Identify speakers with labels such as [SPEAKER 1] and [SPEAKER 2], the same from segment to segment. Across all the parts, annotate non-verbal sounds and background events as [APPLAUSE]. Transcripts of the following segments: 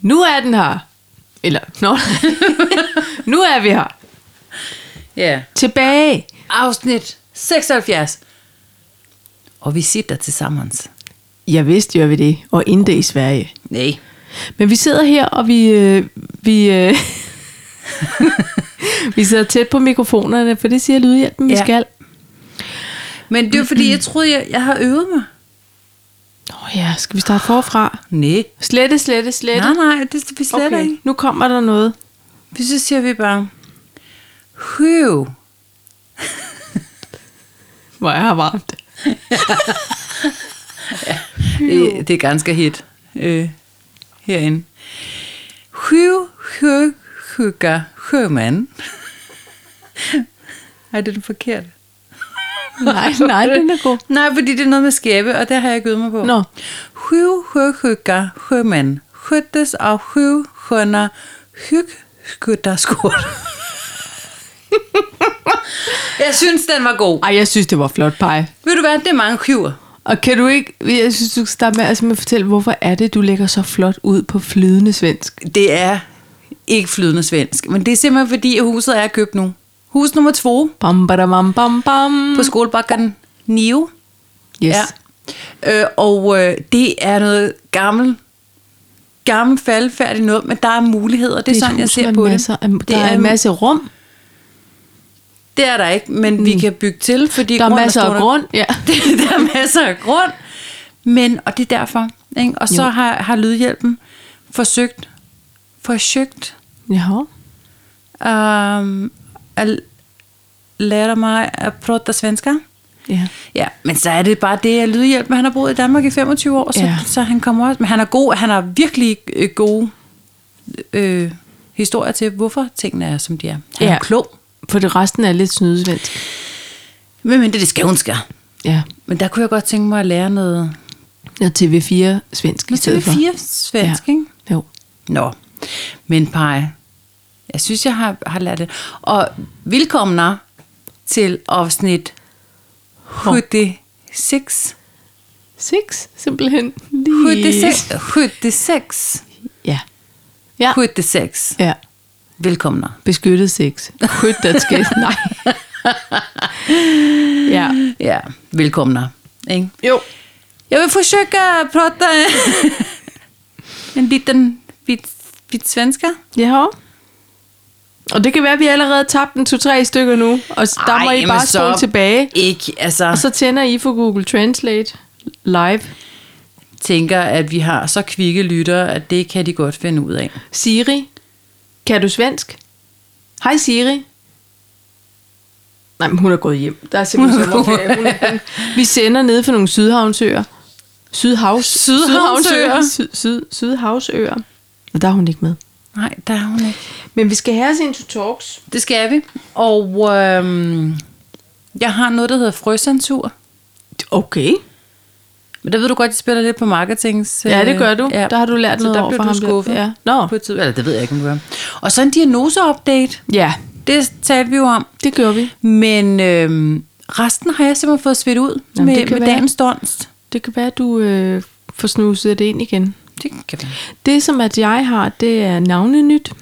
[SPEAKER 1] Nu er den her. Eller, nå, nu er vi her.
[SPEAKER 2] Ja.
[SPEAKER 1] Tilbage.
[SPEAKER 2] Afsnit 76. Og vi sitter tilsammens.
[SPEAKER 1] Jeg vidste jo, at vi det, og ikke i Sverige.
[SPEAKER 2] Nej.
[SPEAKER 1] Men vi sidder her, og vi, øh, vi, øh, [LAUGHS] vi sidder tæt på mikrofonerne, for det siger lydhjælpen, vi
[SPEAKER 2] Ja.
[SPEAKER 1] skal.
[SPEAKER 2] Men det er fordi, jeg troede, jeg, jeg har øvet mig.
[SPEAKER 1] Nå ja, skal vi starte forfra?
[SPEAKER 2] Nej.
[SPEAKER 1] Slette, slette, slette.
[SPEAKER 2] Nej, nej, det er vi slet okay.
[SPEAKER 1] okay,
[SPEAKER 2] ikke.
[SPEAKER 1] nu kommer der noget.
[SPEAKER 2] Vi så siger vi bare, høv.
[SPEAKER 1] Hvor jeg har varmt.
[SPEAKER 2] Det, det er ganske hit øh, herinde. Høv, høv, hygger, høvmand. Ej, det [LAUGHS] er den forkerte.
[SPEAKER 1] Nej, nej, den er god.
[SPEAKER 2] Nej, fordi det er noget med skæbe, og det har jeg ikke øvet mig på.
[SPEAKER 1] Nå.
[SPEAKER 2] Høv, høv, hygger, høvmand. Høttes og høv, hønner, hyg, skytter, [LAUGHS] skurt. jeg synes, den var god.
[SPEAKER 1] Ej, jeg synes, det var flot, Paj.
[SPEAKER 2] Ved du hvad, det er mange hyver.
[SPEAKER 1] Og kan du ikke, jeg synes, du skal starte med at simpelthen fortælle, hvorfor er det, du lægger så flot ud på flydende svensk?
[SPEAKER 2] Det er ikke flydende svensk, men det er simpelthen fordi, at huset er købt nu. Hus nummer to
[SPEAKER 1] Bam, badam, bam, bam.
[SPEAKER 2] på skolebakken Nio.
[SPEAKER 1] Yes. Ja.
[SPEAKER 2] Ja. Øh, og øh, det er noget gammel, gammel faldfærdigt noget, men der er muligheder. Det er,
[SPEAKER 1] Det er
[SPEAKER 2] sådan, jeg ser på
[SPEAKER 1] masser,
[SPEAKER 2] det.
[SPEAKER 1] det. Der er en masse rum.
[SPEAKER 2] Det er der ikke, men mm. vi kan bygge til, fordi
[SPEAKER 1] Der er
[SPEAKER 2] grunden
[SPEAKER 1] masser
[SPEAKER 2] stor
[SPEAKER 1] af
[SPEAKER 2] nok.
[SPEAKER 1] grund. Ja.
[SPEAKER 2] Det- [LAUGHS] der er masser af grund. Men, og det er derfor. Ikke? Og så
[SPEAKER 1] Jo.
[SPEAKER 2] har, har Lydhjælpen forsøgt, forsøgt
[SPEAKER 1] [LAUGHS] Jaha.
[SPEAKER 2] um, at lære mig at prate svensker.
[SPEAKER 1] Ja.
[SPEAKER 2] Ja, men så er det bare det, at Lydhjælpen, han har boet i Danmark i 25 år, så,
[SPEAKER 1] Ja.
[SPEAKER 2] ja. så han kommer også. Men han er god, han har virkelig øh, gode øh, historier til, hvorfor tingene er, som de er. Han ja.
[SPEAKER 1] Ja.
[SPEAKER 2] er klog.
[SPEAKER 1] For det resten er lidt snydesvensk.
[SPEAKER 2] Men, men det, det skal hun skal.
[SPEAKER 1] Ja.
[SPEAKER 2] Men der kunne jeg godt tænke mig at lære noget.
[SPEAKER 1] Noget TV4 svensk i
[SPEAKER 2] Noget
[SPEAKER 1] stedet for.
[SPEAKER 2] TV4 svensk,
[SPEAKER 1] ja.
[SPEAKER 2] ja. ikke?
[SPEAKER 1] Jo.
[SPEAKER 2] Nå, men Paj, jeg synes, jeg har, har lært det. Og velkomne til afsnit 76.
[SPEAKER 1] Seks, simpelthen. Lige.
[SPEAKER 2] 76. 76.
[SPEAKER 1] Ja. Ja.
[SPEAKER 2] 76.
[SPEAKER 1] Ja.
[SPEAKER 2] Velkomne.
[SPEAKER 1] Beskyttet sex. Skyttet sex. [LAUGHS] Nej. ja.
[SPEAKER 2] Ja, velkomne. Ikke?
[SPEAKER 1] Jo.
[SPEAKER 2] Jag vill försöka prata
[SPEAKER 1] [LAUGHS]
[SPEAKER 2] en liten bit, bit svenska.
[SPEAKER 1] Ja. Og det kan være, at vi allerede tabte en to-tre stykker nu, og s- der må I bare spole tilbage.
[SPEAKER 2] Ikke, altså,
[SPEAKER 1] Og så tænder I for Google Translate live.
[SPEAKER 2] tænker, at vi har så kvikke lyttere, at det kan de godt finde ud af.
[SPEAKER 1] Siri, kan du svensk? Hej Siri. Nej, men hun er gået hjem. Der er simpelthen sommerferie. Hun er- hun- Vi sender ned for nogle sydhavnsøer. Sydhavs,
[SPEAKER 2] Sydhavnsøer.
[SPEAKER 1] Syd, syd, sydhavsøer. Og der er hun ikke med.
[SPEAKER 2] Nej, der er hun ikke.
[SPEAKER 1] Men vi skal have os into talks.
[SPEAKER 2] Det skal vi. Og øhm, jeg har noget, der hedder frøsandsur.
[SPEAKER 1] Okay.
[SPEAKER 2] Men der ved du godt, de spiller lidt på marketings.
[SPEAKER 1] Ja,
[SPEAKER 2] øh,
[SPEAKER 1] det gør du. Der har du lært
[SPEAKER 2] Så
[SPEAKER 1] noget
[SPEAKER 2] der
[SPEAKER 1] over
[SPEAKER 2] bliver
[SPEAKER 1] for
[SPEAKER 2] du
[SPEAKER 1] ham der.
[SPEAKER 2] skuffet.
[SPEAKER 1] Ja. Nå.
[SPEAKER 2] Nå. På et tid. Eller det ved jeg ikke, om du gør. Og så en diagnoseupdate.
[SPEAKER 1] Ja,
[SPEAKER 2] Det talte vi jo om.
[SPEAKER 1] det gør vi.
[SPEAKER 2] Men øhm, resten har jeg simpelthen fået svedt ud
[SPEAKER 1] Jamen,
[SPEAKER 2] Jamen,
[SPEAKER 1] det
[SPEAKER 2] med,
[SPEAKER 1] kan
[SPEAKER 2] med
[SPEAKER 1] være.
[SPEAKER 2] dagens donst.
[SPEAKER 1] Det kan være, at du øh, får snuset det ind igen.
[SPEAKER 2] Det kan være.
[SPEAKER 1] Det, som at jeg har, det er navnenyt,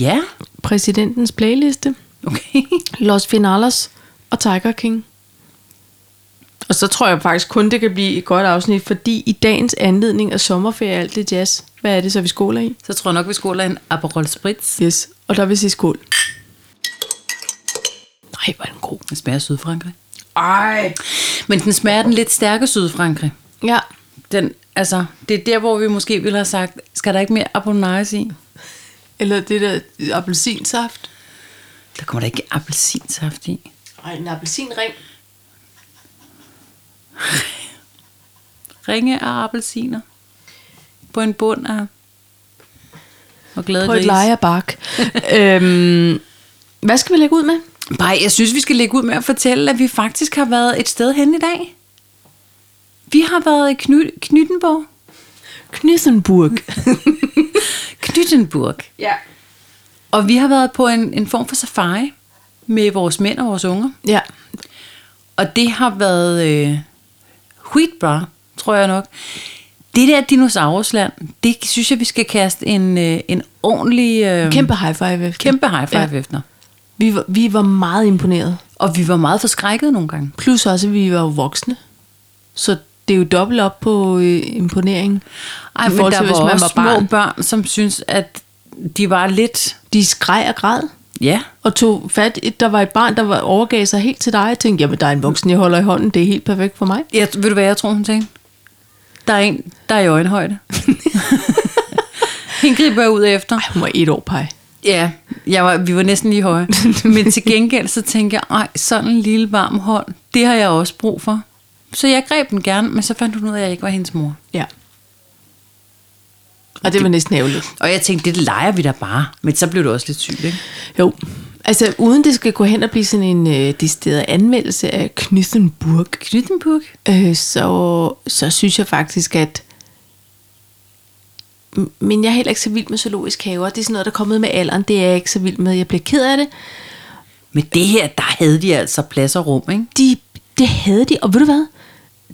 [SPEAKER 2] Ja.
[SPEAKER 1] præsidentens playliste,
[SPEAKER 2] Okay. [LAUGHS]
[SPEAKER 1] Los Finales og Tiger King. Og så tror jeg faktisk kun, det kan blive et godt afsnit, fordi i dagens anledning af sommerferie og alt det jazz, hvad er det så, vi skoler i?
[SPEAKER 2] Så tror jeg nok, vi skåler en Aperol Spritz.
[SPEAKER 1] Yes, og der vil sige skål. Nej, hvor er den god.
[SPEAKER 2] Den smager af Sydfrankrig.
[SPEAKER 1] Ej.
[SPEAKER 2] Men den smager af den lidt stærke Sydfrankrig.
[SPEAKER 1] Ja,
[SPEAKER 2] Den, altså, det er der, hvor vi måske ville have sagt, skal der ikke mere abonnage i?
[SPEAKER 1] eller det der appelsinsaft.
[SPEAKER 2] Der kommer der ikke appelsinsaft i.
[SPEAKER 1] Ej, en appelsinring.
[SPEAKER 2] Ringe af appelsiner. På en bund af... Og glade
[SPEAKER 1] På et
[SPEAKER 2] gris.
[SPEAKER 1] lejerbark. [LAUGHS] øhm, hvad skal vi lægge ud med?
[SPEAKER 2] Bare, jeg synes, vi skal lægge ud med at fortælle, at vi faktisk har været et sted hen i dag. Vi har været i Kny- Knyttenborg.
[SPEAKER 1] Knithenburg.
[SPEAKER 2] Knyttenburg.
[SPEAKER 1] ja.
[SPEAKER 2] Og vi har været på en, en form for safari med vores mænd og vores unger.
[SPEAKER 1] Ja.
[SPEAKER 2] Og det har været øh, wheat bra, tror jeg nok. Det der dinosaurusland, det synes jeg, vi skal kaste en, øh, en ordentlig øh, kæmpe,
[SPEAKER 1] Kæmpe high five. efter.
[SPEAKER 2] kæmpe high five ja. efter.
[SPEAKER 1] Vi, var, vi var meget imponeret.
[SPEAKER 2] Og vi var meget forskrækket nogle gange.
[SPEAKER 1] Plus også, at vi var jo voksne. Så det er jo dobbelt op på øh, imponeringen.
[SPEAKER 2] Ej,
[SPEAKER 1] I
[SPEAKER 2] men
[SPEAKER 1] forhold til,
[SPEAKER 2] der
[SPEAKER 1] hvis
[SPEAKER 2] var
[SPEAKER 1] man
[SPEAKER 2] også
[SPEAKER 1] var
[SPEAKER 2] små
[SPEAKER 1] barn.
[SPEAKER 2] børn, som synes, at de var lidt...
[SPEAKER 1] De skreg og græd.
[SPEAKER 2] Ja,
[SPEAKER 1] og tog fat. i- Der var et barn, der var, overgav sig helt til dig. Jeg tænkte, jamen der er en voksen, jeg holder i hånden. Det er helt perfekt for mig.
[SPEAKER 2] jeg, ved du hvad jeg tror, hun tænkte? Der er en, der er i [LAUGHS] øjenhøjde. Hende griber jeg ud efter.
[SPEAKER 1] Hun var et år pege.
[SPEAKER 2] Ja, jeg var, vi var næsten lige høje. [LAUGHS] Men til gengæld så tænkte jeg, ej, sådan en lille varm hånd, det har jeg også brug for. Så jeg greb den gerne, men så fandt hun ud af, at jeg ikke var hendes mor.
[SPEAKER 1] Ja. Og det var næsten ærgerligt.
[SPEAKER 2] Og jeg tænkte, det leger vi da bare. Men så blev det også lidt sygt, ikke?
[SPEAKER 1] Jo. Altså, uden det skal gå hen og blive sådan en øh, decideret anmeldelse af Knuthenburg,
[SPEAKER 2] Knuttenburg?
[SPEAKER 1] øh, så, så synes jeg faktisk, at... M- Men jeg er heller ikke så vild med zoologisk haver. Det er sådan noget, der er kommet med alderen. Det er jeg ikke så vild med. Jeg bliver ked af det.
[SPEAKER 2] Men det her, der havde de altså plads og rum, ikke?
[SPEAKER 1] De, det havde de. Og ved du hvad?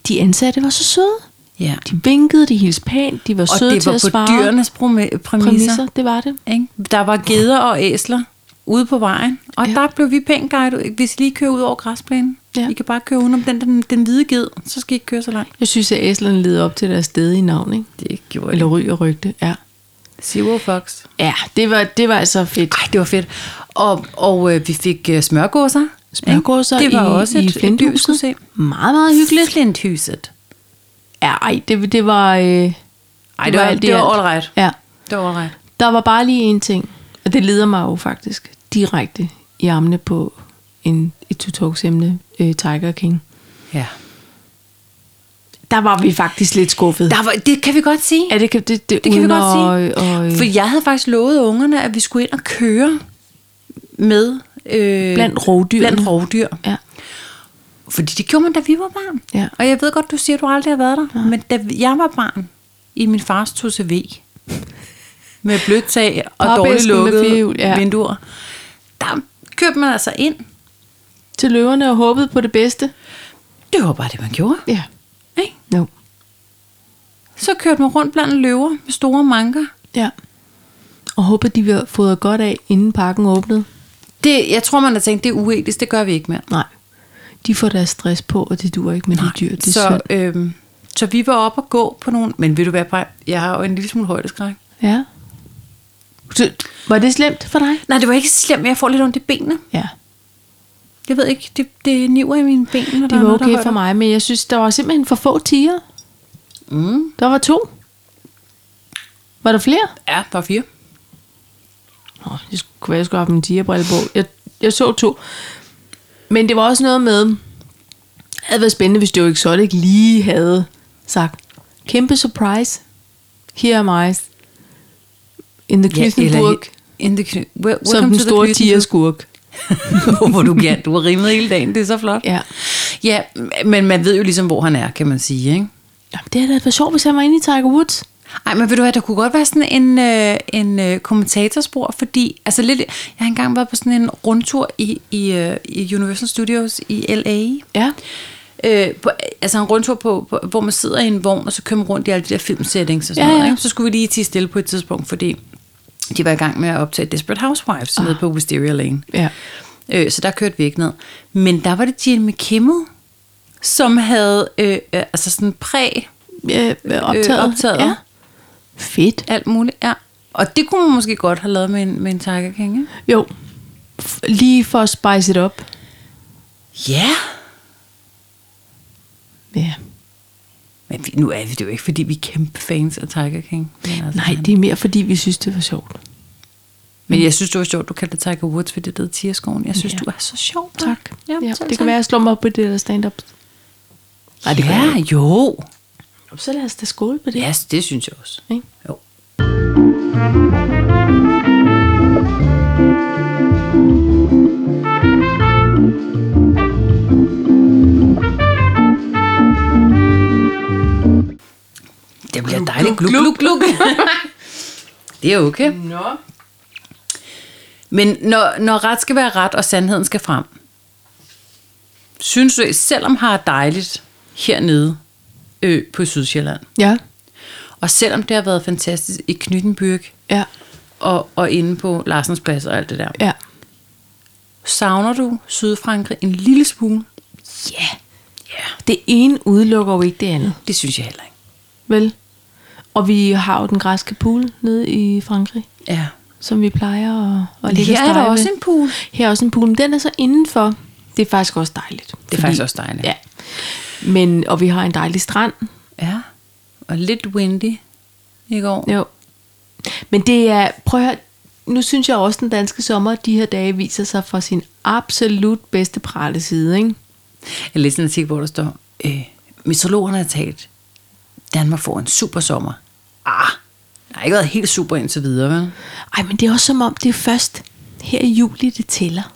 [SPEAKER 1] De ansatte var så søde.
[SPEAKER 2] Ja.
[SPEAKER 1] De vinkede, de hilste pænt, de var
[SPEAKER 2] Og
[SPEAKER 1] søde
[SPEAKER 2] det
[SPEAKER 1] til
[SPEAKER 2] var
[SPEAKER 1] at
[SPEAKER 2] på
[SPEAKER 1] svare.
[SPEAKER 2] dyrenes prome- præmisser.
[SPEAKER 1] præmisser, det var det.
[SPEAKER 2] Ikke? Der var geder og æsler ude på vejen, og ja.
[SPEAKER 1] Ja.
[SPEAKER 2] der blev vi pænt guidet. Hvis I lige kører ud over græsplænen, ja.
[SPEAKER 1] Ja.
[SPEAKER 2] I kan bare køre udenom den, den, den hvide ged, så skal I ikke køre så langt.
[SPEAKER 1] Jeg synes, at æslerne leder op til deres stedige navn, ikke?
[SPEAKER 2] Det gjorde
[SPEAKER 1] Eller ry og rygte, ja.
[SPEAKER 2] Zero Fox.
[SPEAKER 1] Ja, det var, det var altså fedt.
[SPEAKER 2] Ej, det var fedt. Og, og øh, vi fik øh, smørgåser.
[SPEAKER 1] Smørgåser
[SPEAKER 2] ikke? Det var
[SPEAKER 1] i,
[SPEAKER 2] også
[SPEAKER 1] i
[SPEAKER 2] et, et dyr, vi skulle se.
[SPEAKER 1] flinthuset. Meget, meget hyggeligt.
[SPEAKER 2] Flinthuset.
[SPEAKER 1] Ja, ej, det, det var... Øh, det,
[SPEAKER 2] Ej, det var,
[SPEAKER 1] alt i
[SPEAKER 2] det var
[SPEAKER 1] alt.
[SPEAKER 2] all right.
[SPEAKER 1] Ja,
[SPEAKER 2] Det var all right.
[SPEAKER 1] der var bare lige én ting, og det leder mig jo faktisk direkte i armene på en, et tutorksemne, øh, Tiger King.
[SPEAKER 2] Ja.
[SPEAKER 1] Der var vi faktisk lidt skuffet.
[SPEAKER 2] Der var, det kan vi godt sige.
[SPEAKER 1] Ja, det kan, det, det,
[SPEAKER 2] Det kan vi
[SPEAKER 1] uden
[SPEAKER 2] godt sige.
[SPEAKER 1] at- Og, øh,
[SPEAKER 2] For jeg havde faktisk lovet ungerne, at vi skulle ind og køre med... Øh,
[SPEAKER 1] Blandt rovdyrene.
[SPEAKER 2] Blandt rovdyr.
[SPEAKER 1] ja.
[SPEAKER 2] Fordi det gjorde man, da vi var barn.
[SPEAKER 1] Ja.
[SPEAKER 2] Og jeg ved godt, du siger, at du aldrig har været der. Ja. Men da jeg var barn, i min fars 2CV, med blødt tag og dårligt
[SPEAKER 1] Barbæsken med
[SPEAKER 2] lukkede
[SPEAKER 1] firehjul,
[SPEAKER 2] ja.
[SPEAKER 1] ja.
[SPEAKER 2] vinduer, der kørte man altså ind.
[SPEAKER 1] til løverne og håbede på det bedste.
[SPEAKER 2] Det var bare det, man gjorde.
[SPEAKER 1] Ja.
[SPEAKER 2] Ikke?
[SPEAKER 1] No.
[SPEAKER 2] Så kørte man rundt blandt løver med store manker.
[SPEAKER 1] Ja. Og håbede, de var fået godt af, inden parken åbnede.
[SPEAKER 2] Det, jeg tror, man har tænkt, det er uetisk, det gør vi ikke mere.
[SPEAKER 1] Nej. De får deres stress på, og det duer ikke med de dyr. Det er
[SPEAKER 2] så,
[SPEAKER 1] synd.
[SPEAKER 2] øhm, så vi var oppe og gå på nogle... Men vil du være på? Jeg har jo en lille smule højdeskræk.
[SPEAKER 1] Ja. Så, var det slemt for dig?
[SPEAKER 2] Nej, det var ikke slemt, men jeg får lidt ondt i benene.
[SPEAKER 1] Ja.
[SPEAKER 2] Jeg ved ikke, det, det niver i mine ben. Når der
[SPEAKER 1] Det
[SPEAKER 2] er
[SPEAKER 1] var
[SPEAKER 2] noget, der
[SPEAKER 1] okay
[SPEAKER 2] holder.
[SPEAKER 1] for mig, men jeg synes, der var simpelthen for få tiger.
[SPEAKER 2] Mm.
[SPEAKER 1] Der var to. Var der flere?
[SPEAKER 2] Ja, der var fire.
[SPEAKER 1] Nå, det skulle være, jeg skulle have haft en tigerbrille på. Jeg, jeg så to. Men det var også noget med, at det havde været spændende, hvis det jo Exotic lige havde sagt, kæmpe surprise, here am I, in the Knuthenburg,
[SPEAKER 2] In the kny- Wel- welcome
[SPEAKER 1] ja, som
[SPEAKER 2] to
[SPEAKER 1] den
[SPEAKER 2] the
[SPEAKER 1] store
[SPEAKER 2] Knuthenburg.
[SPEAKER 1] tigerskurk.
[SPEAKER 2] [LAUGHS] hvor du, ja, du har rimet hele dagen, det er så flot.
[SPEAKER 1] Ja.
[SPEAKER 2] ja, men man ved jo ligesom, hvor han er, kan man sige, ikke?
[SPEAKER 1] Jamen, det havde da været sjovt, hvis han var inde i Tiger Woods.
[SPEAKER 2] Ej, men ved du hvad, der kunne godt være sådan en, øh, en øh, kommentatorspor, fordi altså lidt, jeg har engang været på sådan en rundtur i, i, øh, i Universal Studios i L.A.,
[SPEAKER 1] Ja.
[SPEAKER 2] Øh, på, altså en rundtur på, på, hvor man sidder i en vogn, og så kører man rundt i alle de der filmsettings og sådan ja,
[SPEAKER 1] Ja,
[SPEAKER 2] ja.
[SPEAKER 1] ja.
[SPEAKER 2] noget. Ikke? Så skulle vi lige tige stille på et tidspunkt, fordi de var i gang med at optage Desperate Housewives oh. nede
[SPEAKER 1] Ah.
[SPEAKER 2] på Wisteria Lane.
[SPEAKER 1] Ja.
[SPEAKER 2] Øh, så der kørte vi ikke ned. Men der var det Jimmy Kimmel, som havde øh, øh, altså sådan præg,
[SPEAKER 1] ja øh, optaget.
[SPEAKER 2] Øh, optaget.
[SPEAKER 1] Ja. Fedt.
[SPEAKER 2] alt muligt. Ja. Og det kunne man måske godt have lavet med en, med en Tiger King, ikke?
[SPEAKER 1] Jo. F- lige for at spice it up.
[SPEAKER 2] Ja.
[SPEAKER 1] Ja.
[SPEAKER 2] Men vi, nu er vi det jo ikke, fordi vi er kæmpe fans af Tiger King. Men, altså,
[SPEAKER 1] Nej, det er mere, fordi vi synes, det var sjovt.
[SPEAKER 2] men jeg synes, det var sjovt, du kaldte det Tiger Woods, fordi det hed Tierskoven. Jeg synes, ja.
[SPEAKER 1] Ja.
[SPEAKER 2] du er så sjov. mand.
[SPEAKER 1] Tak. Ja, ja,
[SPEAKER 2] selv
[SPEAKER 1] det
[SPEAKER 2] tak.
[SPEAKER 1] kan være, at jeg slår mig op på det der stand-up.
[SPEAKER 2] Nej, det ja, jo.
[SPEAKER 1] Så lad os da skåle på det.
[SPEAKER 2] Ja, det synes jeg også.
[SPEAKER 1] Ikke?
[SPEAKER 2] Jo. Det bliver dejligt. Gluk, gluk, gluk. [LAUGHS] det er okay.
[SPEAKER 1] Nå.
[SPEAKER 2] Men når, når ret skal være ret, og sandheden skal frem, synes du, selvom har dejligt hernede øh, på Sydsjælland,
[SPEAKER 1] Ja.
[SPEAKER 2] Og selvom det har været fantastisk i Knyttenbyrg
[SPEAKER 1] Ja,
[SPEAKER 2] og, og inde på Larsens Plads og alt det der,
[SPEAKER 1] ja.
[SPEAKER 2] savner du Sydfrankrig en lille smule?
[SPEAKER 1] Ja. Det ene udelukker jo ikke det andet.
[SPEAKER 2] Det synes jeg heller ikke.
[SPEAKER 1] Vel? Og vi har jo den græske pool nede i Frankrig,
[SPEAKER 2] Ja.
[SPEAKER 1] som vi plejer at, at ligge
[SPEAKER 2] Her
[SPEAKER 1] og
[SPEAKER 2] er
[SPEAKER 1] stege
[SPEAKER 2] der også
[SPEAKER 1] ved.
[SPEAKER 2] en pool.
[SPEAKER 1] Her er også en pool, men den er så indenfor. Det er faktisk også dejligt. Det
[SPEAKER 2] faktisk også dejligt.
[SPEAKER 1] Ja. Men, og vi har en dejlig strand.
[SPEAKER 2] Ja. Og lidt windy i går.
[SPEAKER 1] Jo. Men det er, prøv at høre, nu synes jeg også, at den danske sommer de her dage viser sig fra sin absolut bedste prale side, ikke?
[SPEAKER 2] Jeg læste en artikel, hvor der står, øh, meteorologerne har talt, Danmark får en super sommer. Ah, det har ikke været helt super indtil videre, vel?
[SPEAKER 1] Ej, men det er også som om, det er først her i juli, det tæller.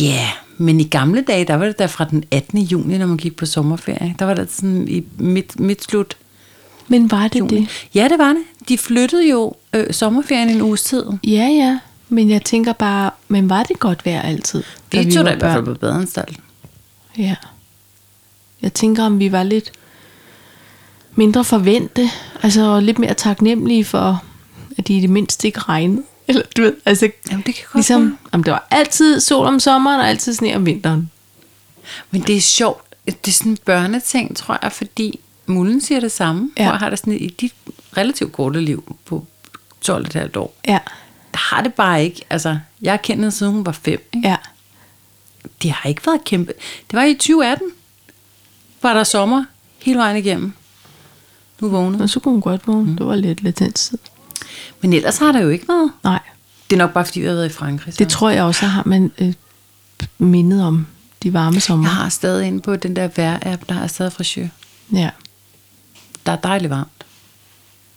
[SPEAKER 2] Ja, yeah, men i gamle dage, der var det der fra den 18. juni, når man gik på sommerferie. Der var det sådan i midt, midt slut
[SPEAKER 1] Men var det
[SPEAKER 2] juni.
[SPEAKER 1] det?
[SPEAKER 2] Ja, det var det. De flyttede jo øh, sommerferien en uges tid.
[SPEAKER 1] Ja, ja. Men jeg tænker bare, men var det godt vejr altid? da
[SPEAKER 2] Vi tog
[SPEAKER 1] var
[SPEAKER 2] da i hvert fald
[SPEAKER 1] børn?
[SPEAKER 2] på badeanstalten.
[SPEAKER 1] Ja. Jeg tænker, om vi var lidt mindre forvente, altså og lidt mere taknemmelige for, at de i det mindste ikke regnede. Eller du ved, altså
[SPEAKER 2] Jamen, det kan godt være.
[SPEAKER 1] ligesom, om det var altid sol om sommeren og altid sne om vinteren.
[SPEAKER 2] Men det er sjovt. Det er sådan en børneting, tror jeg, fordi Mullen siger det samme.
[SPEAKER 1] Ja.
[SPEAKER 2] Ja. Og har det sådan i dit relativt korte liv på 12,5 år.
[SPEAKER 1] Ja,
[SPEAKER 2] Der har det bare ikke. Altså, jeg har kendt hende, siden hun var fem. Ikke?
[SPEAKER 1] ja.
[SPEAKER 2] Det har ikke været kæmpe. Det var i 2018, var der sommer hele vejen igennem. Nu vågner.
[SPEAKER 1] Men så kunne hun godt vågne. Mm. Det var lidt latenstid.
[SPEAKER 2] Men ellers har der jo ikke været.
[SPEAKER 1] Nej,
[SPEAKER 2] Det er nok bare, fordi vi har været i Frankrig. Så.
[SPEAKER 1] det tror jeg også, har man øh, mindet om de varme sommer.
[SPEAKER 2] jeg har stadig inde på den der vejr-app, der har jeg stadig frisør.
[SPEAKER 1] Ja.
[SPEAKER 2] Der er dejligt varmt.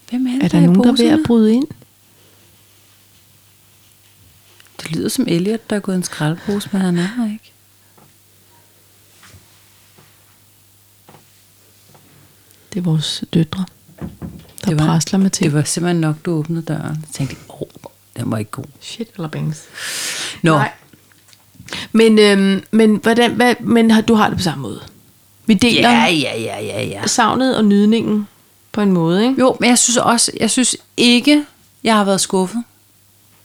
[SPEAKER 2] Hvem er, det,
[SPEAKER 1] Er der
[SPEAKER 2] er i
[SPEAKER 1] nogen, der er ved
[SPEAKER 2] poserne?
[SPEAKER 1] at bryde ind?
[SPEAKER 2] Det lyder som Elliot, der er gået i en skraldpose, men han er her ikke.
[SPEAKER 1] Det er vores døtre, der
[SPEAKER 2] Det var-
[SPEAKER 1] prasler med ting.
[SPEAKER 2] Det var simpelthen nok, du åbnede døren. Jeg tænkte, åh, oh, den var ikke god.
[SPEAKER 1] Shit eller bangs.
[SPEAKER 2] Nå,
[SPEAKER 1] Nej. Men, øhm, men, hvordan, hvad, men har, du har det på samme måde. Vi deler
[SPEAKER 2] ja,
[SPEAKER 1] yeah.
[SPEAKER 2] ja, ja, ja, ja.
[SPEAKER 1] savnet og nydningen på en måde, ikke?
[SPEAKER 2] Jo, men jeg synes også, jeg synes ikke, jeg har været skuffet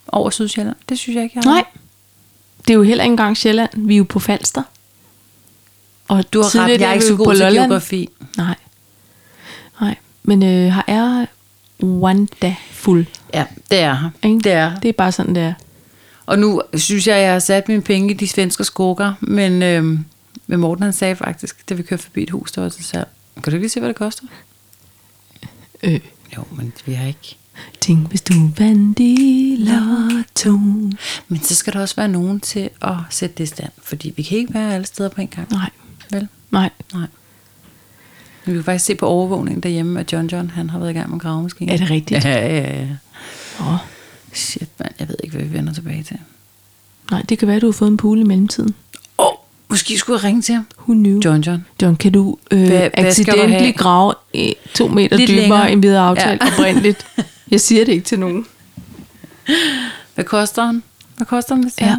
[SPEAKER 2] over Sydsjælland. Det synes jeg ikke, jeg har.
[SPEAKER 1] Nej. Det er jo heller ikke engang Sjælland. Vi er jo på Falster. Og
[SPEAKER 2] Du har ret, jeg er ikke så god til geografi.
[SPEAKER 1] Nej. Nej. Men øh, her er wonderful.
[SPEAKER 2] Ja, det er her.
[SPEAKER 1] Ikke?
[SPEAKER 2] Det er her.
[SPEAKER 1] Det er bare sådan, det er.
[SPEAKER 2] Og nu synes jeg, jeg har sat mine penge i de svenske skoger, men, øhm, men Morten han sagde faktisk, da vi kørte forbi et hus, der var til salg. Kan du ikke lige se, hvad det koster?
[SPEAKER 1] Øh.
[SPEAKER 2] Jo, men vi har ikke.
[SPEAKER 1] Tænk, hvis du vandt i lotto.
[SPEAKER 2] Men så skal der også være nogen til at sætte det i stand, fordi vi kan ikke være alle steder på en gang.
[SPEAKER 1] Nej,
[SPEAKER 2] Vel?
[SPEAKER 1] nej.
[SPEAKER 2] Nej. Men vi kan faktisk se på overvågningen derhjemme, at John John han har været i gang med gravemaskinen.
[SPEAKER 1] Er det rigtigt?
[SPEAKER 2] Ja, ja, ja.
[SPEAKER 1] Åh.
[SPEAKER 2] Shit, mand, jeg ved ikke, hvad vi vender tilbage til.
[SPEAKER 1] Nej, det kan være, du har fået en pool i mellemtiden.
[SPEAKER 2] Åh, oh, måske skulle jeg ringe til ham.
[SPEAKER 1] Who knew?
[SPEAKER 2] John John.
[SPEAKER 1] John, kan du øh,
[SPEAKER 2] Hvad- hvad skal du have?
[SPEAKER 1] accidentligt grave øh, to meter
[SPEAKER 2] Lidt
[SPEAKER 1] Lidt dybere
[SPEAKER 2] længere.
[SPEAKER 1] længere. end vi havde aftalt
[SPEAKER 2] Ja.
[SPEAKER 1] ja.
[SPEAKER 2] [LAUGHS]
[SPEAKER 1] oprindeligt? Jeg siger det ikke til nogen.
[SPEAKER 2] Hvad koster han? Hvad koster han, hvis
[SPEAKER 1] Ja.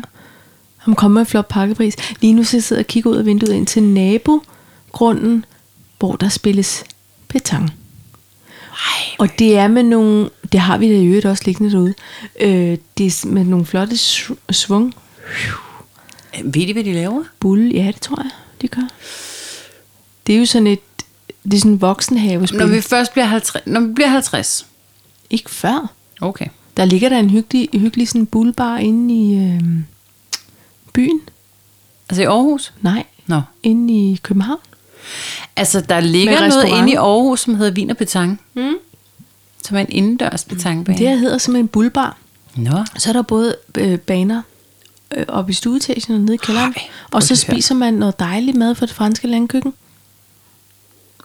[SPEAKER 1] Han kommer med en flot pakkepris. Lige nu så sidder jeg og kigger ud af vinduet ind til nabogrunden, hvor der spilles petang.
[SPEAKER 2] Nej.
[SPEAKER 1] Og det er med nogle, det har vi da i øvrigt også liggende derude, øh, det er s- med nogle flotte sv- svung.
[SPEAKER 2] Ved de, hvad de laver?
[SPEAKER 1] Bulle, ja det tror jeg, de gør. Det er jo sådan et, det er sådan en voksenhavespil.
[SPEAKER 2] Når vi først bliver 50. Når vi bliver 50.
[SPEAKER 1] Ikke før.
[SPEAKER 2] Okay.
[SPEAKER 1] Der ligger der en hyggelig, hyggelig sådan bullbar inde i øh, byen.
[SPEAKER 2] Altså i Aarhus?
[SPEAKER 1] Nej,
[SPEAKER 2] Nå.
[SPEAKER 1] inde i København.
[SPEAKER 2] Altså, der ligger
[SPEAKER 1] Med
[SPEAKER 2] noget
[SPEAKER 1] restaurant.
[SPEAKER 2] inde i Aarhus, som hedder Vin og Petang.
[SPEAKER 1] Mm.
[SPEAKER 2] Som er en indendørs petangbane.
[SPEAKER 1] Det her hedder simpelthen bullbar.
[SPEAKER 2] Nå.
[SPEAKER 1] Så er der både øh, baner øh, oppe i stueetagen og nede i kælderen.
[SPEAKER 2] Ej, prøv
[SPEAKER 1] og så
[SPEAKER 2] lige her.
[SPEAKER 1] spiser man noget dejligt mad fra det franske landkøkken.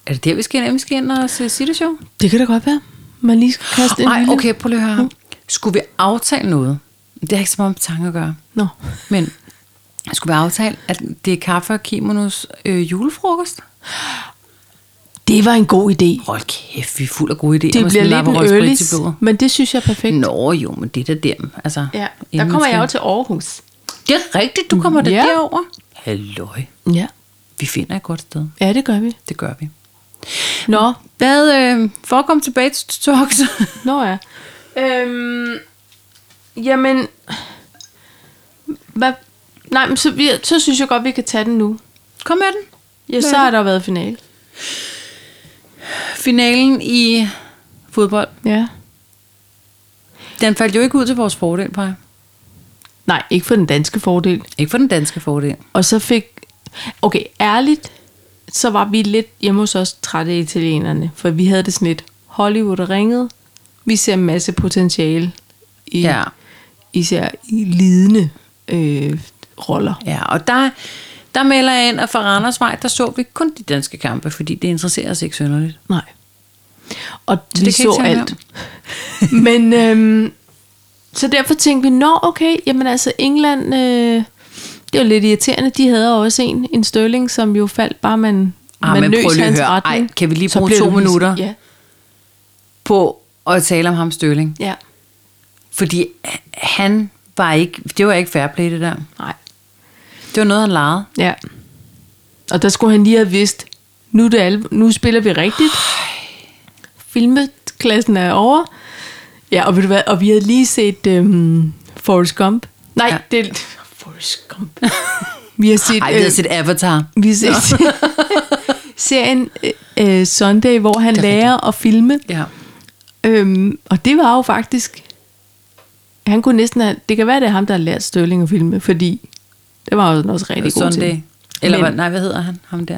[SPEAKER 2] Er det der, vi skal ind? Vi skal ind og se City Show?
[SPEAKER 1] Det kan da godt være. Man lige skal kaste en
[SPEAKER 2] Nej,
[SPEAKER 1] lille...
[SPEAKER 2] okay, prøv lige at høre. Skulle vi aftale noget? Det har ikke så meget med tanke at gøre.
[SPEAKER 1] Nå.
[SPEAKER 2] Men skulle vi aftale, at det er kaffe og kimonos øh, julefrokost?
[SPEAKER 1] Det var en god idé.
[SPEAKER 2] Hold kæft, vi er fuld af gode idéer.
[SPEAKER 1] Det
[SPEAKER 2] med
[SPEAKER 1] bliver
[SPEAKER 2] sådan en
[SPEAKER 1] lidt en
[SPEAKER 2] Aperol Spritz
[SPEAKER 1] ølis,
[SPEAKER 2] i blodet.
[SPEAKER 1] men det synes jeg er perfekt.
[SPEAKER 2] Nå jo, men det er da dem. Altså,
[SPEAKER 1] Ja,
[SPEAKER 2] inden
[SPEAKER 1] der kommer
[SPEAKER 2] man
[SPEAKER 1] jeg jo
[SPEAKER 2] skal-
[SPEAKER 1] til Aarhus.
[SPEAKER 2] Det er rigtigt, du kommer da
[SPEAKER 1] Ja.
[SPEAKER 2] derover. Halløj,
[SPEAKER 1] Ja,
[SPEAKER 2] vi finder et godt sted.
[SPEAKER 1] ja det gør vi.
[SPEAKER 2] Det gør vi.
[SPEAKER 1] Nå,
[SPEAKER 2] Hvad, øh, for at komme tilbage til Talks.
[SPEAKER 1] Nå ja. Øhm, jamen, hvad? Nej, men så, vi, så synes jeg godt, vi kan tage den nu.
[SPEAKER 2] [LAUGHS] Kom med den.
[SPEAKER 1] Ja, så
[SPEAKER 2] Hvad er
[SPEAKER 1] har der været finale.
[SPEAKER 2] Finalen i fodbold.
[SPEAKER 1] Ja.
[SPEAKER 2] Den faldt jo ikke ud til vores fordel, Paj.
[SPEAKER 1] Nej, ikke for den danske fordel.
[SPEAKER 2] Ikke for den danske fordel.
[SPEAKER 1] Og så fik... Okay, ærligt, så var vi lidt hjemme hos os trætte af italienerne, for vi havde det sådan lidt Hollywood ringede. Vi ser en masse potentiale i
[SPEAKER 2] Ja.
[SPEAKER 1] især i lidende øh, roller.
[SPEAKER 2] Ja, og der, der melder jeg ind, at for Randers Vej, der så vi kun de danske kampe, fordi det interesserer os ikke synderligt.
[SPEAKER 1] Nej. Og
[SPEAKER 2] det
[SPEAKER 1] vi
[SPEAKER 2] kan
[SPEAKER 1] så
[SPEAKER 2] ikke tage
[SPEAKER 1] alt. [LAUGHS] Men øhm, så derfor tænkte vi, nå okay, jamen altså England, øh, det var lidt irriterende, de havde også en, en Sterling, som jo faldt bare, man,
[SPEAKER 2] Ah, men prøv lige at høre. Ej, kan vi lige
[SPEAKER 1] Så
[SPEAKER 2] bruge
[SPEAKER 1] blev
[SPEAKER 2] to
[SPEAKER 1] du hids-
[SPEAKER 2] minutter?
[SPEAKER 1] Ja,
[SPEAKER 2] På at tale om ham Støling.
[SPEAKER 1] ja.
[SPEAKER 2] Fordi han var ikke, det var ikke fair play, det der.
[SPEAKER 1] Nej.
[SPEAKER 2] Det var noget, han legede.
[SPEAKER 1] Ja. Og der skulle han lige have vidst, nu, er det alv- nu spiller vi rigtigt. Filmeklassen er over. Ja, og ved du hvad, og vi havde lige set øhm, Forrest Gump. Nej,
[SPEAKER 2] Ja.
[SPEAKER 1] ja. det Forrest Gump. [LAUGHS] vi har set,
[SPEAKER 2] Ej, vi havde
[SPEAKER 1] øh,
[SPEAKER 2] set Avatar.
[SPEAKER 1] vi har set [LAUGHS] serien øh, øh, Sunday, hvor han
[SPEAKER 2] Det er
[SPEAKER 1] lærer at filme.
[SPEAKER 2] Ja.
[SPEAKER 1] Øhm, og det var jo faktisk... Han kunne næsten have, Det kan være, det er ham, der har lært Stirling at filme, fordi det var jo også rigtig god
[SPEAKER 2] Sunday.
[SPEAKER 1] til.
[SPEAKER 2] Eller
[SPEAKER 1] Men-
[SPEAKER 2] hvad, nej, hvad hedder han? Ham der.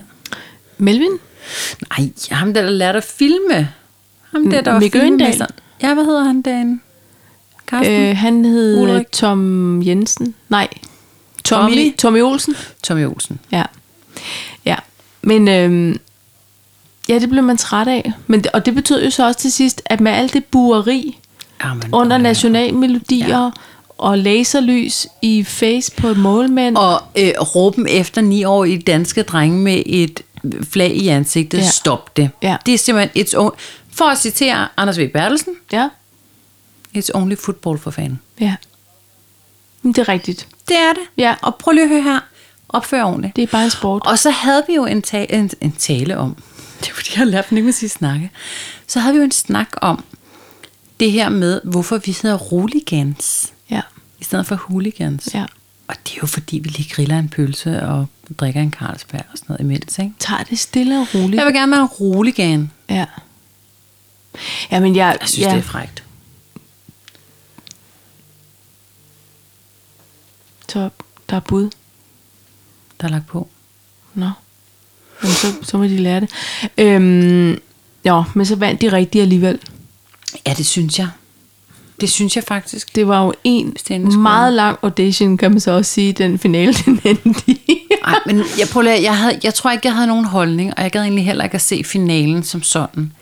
[SPEAKER 1] Melvin?
[SPEAKER 2] Nej, ham der, der lærte at filme. Ham der, der var
[SPEAKER 1] Mick Øgendahl.
[SPEAKER 2] filmmesteren. Ja, hvad hedder han derinde? Carsten? Øh.
[SPEAKER 1] Øh, han hed
[SPEAKER 2] Ulrik.
[SPEAKER 1] Ulrik. Tom Jensen. Nej. Tommy,
[SPEAKER 2] Tommy?
[SPEAKER 1] Tommy. Tommy Olsen.
[SPEAKER 2] Tommy Olsen.
[SPEAKER 1] Ja. Ja. Men øhm, ja, det blev man træt af. Men, og det betød jo så også til sidst, at med alt det bueri
[SPEAKER 2] Amen,
[SPEAKER 1] under nationalmelodier ja. og laserlys i face på målmænd.
[SPEAKER 2] Og øh, råben efter ni år i danske drenge med et flag i ansigtet. Ja.
[SPEAKER 1] Ja.
[SPEAKER 2] Stop det.
[SPEAKER 1] Ja.
[SPEAKER 2] Det er simpelthen it's only, For at citere Anders V. Bertelsen.
[SPEAKER 1] ja.
[SPEAKER 2] It's only football for fanden.
[SPEAKER 1] Ja. Men det er rigtigt.
[SPEAKER 2] Det er det.
[SPEAKER 1] Ja.
[SPEAKER 2] Og prøv lige at høre her. Opfør ordentligt.
[SPEAKER 1] Det er bare en sport.
[SPEAKER 2] Og så havde vi jo en, ta- en, en tale om, [LAUGHS] det er fordi, jeg har lært den ikke at sige snakke, så havde vi jo en snak om det her med, hvorfor vi hedder roligans,
[SPEAKER 1] Ja.
[SPEAKER 2] i stedet for hooligans.
[SPEAKER 1] Ja.
[SPEAKER 2] Og det er jo fordi, vi lige griller en pølse og drikker en Carlsberg og sådan noget imens, ikke?
[SPEAKER 1] Tag det stille og roligt.
[SPEAKER 2] Jeg vil gerne være en roligan.
[SPEAKER 1] Ja. Ja, men jeg,
[SPEAKER 2] Jeg synes,
[SPEAKER 1] ja.
[SPEAKER 2] ja. det er frægt.
[SPEAKER 1] Top. Der er bud.
[SPEAKER 2] Der er lagt på.
[SPEAKER 1] Nå. Men så, så må de lære det. Øhm, jo, men så vandt de rigtigt alligevel.
[SPEAKER 2] Ja, det synes jeg. Det synes jeg faktisk.
[SPEAKER 1] Det var jo en
[SPEAKER 2] Stenskolen.
[SPEAKER 1] meget lang audition, kan man så også sige, den finale, [LAUGHS] den endte i.
[SPEAKER 2] Nej, men jeg, prøver, lige at- jeg, havde, jeg tror ikke, jeg havde nogen holdning, og jeg gad egentlig heller ikke at se finalen som sådan.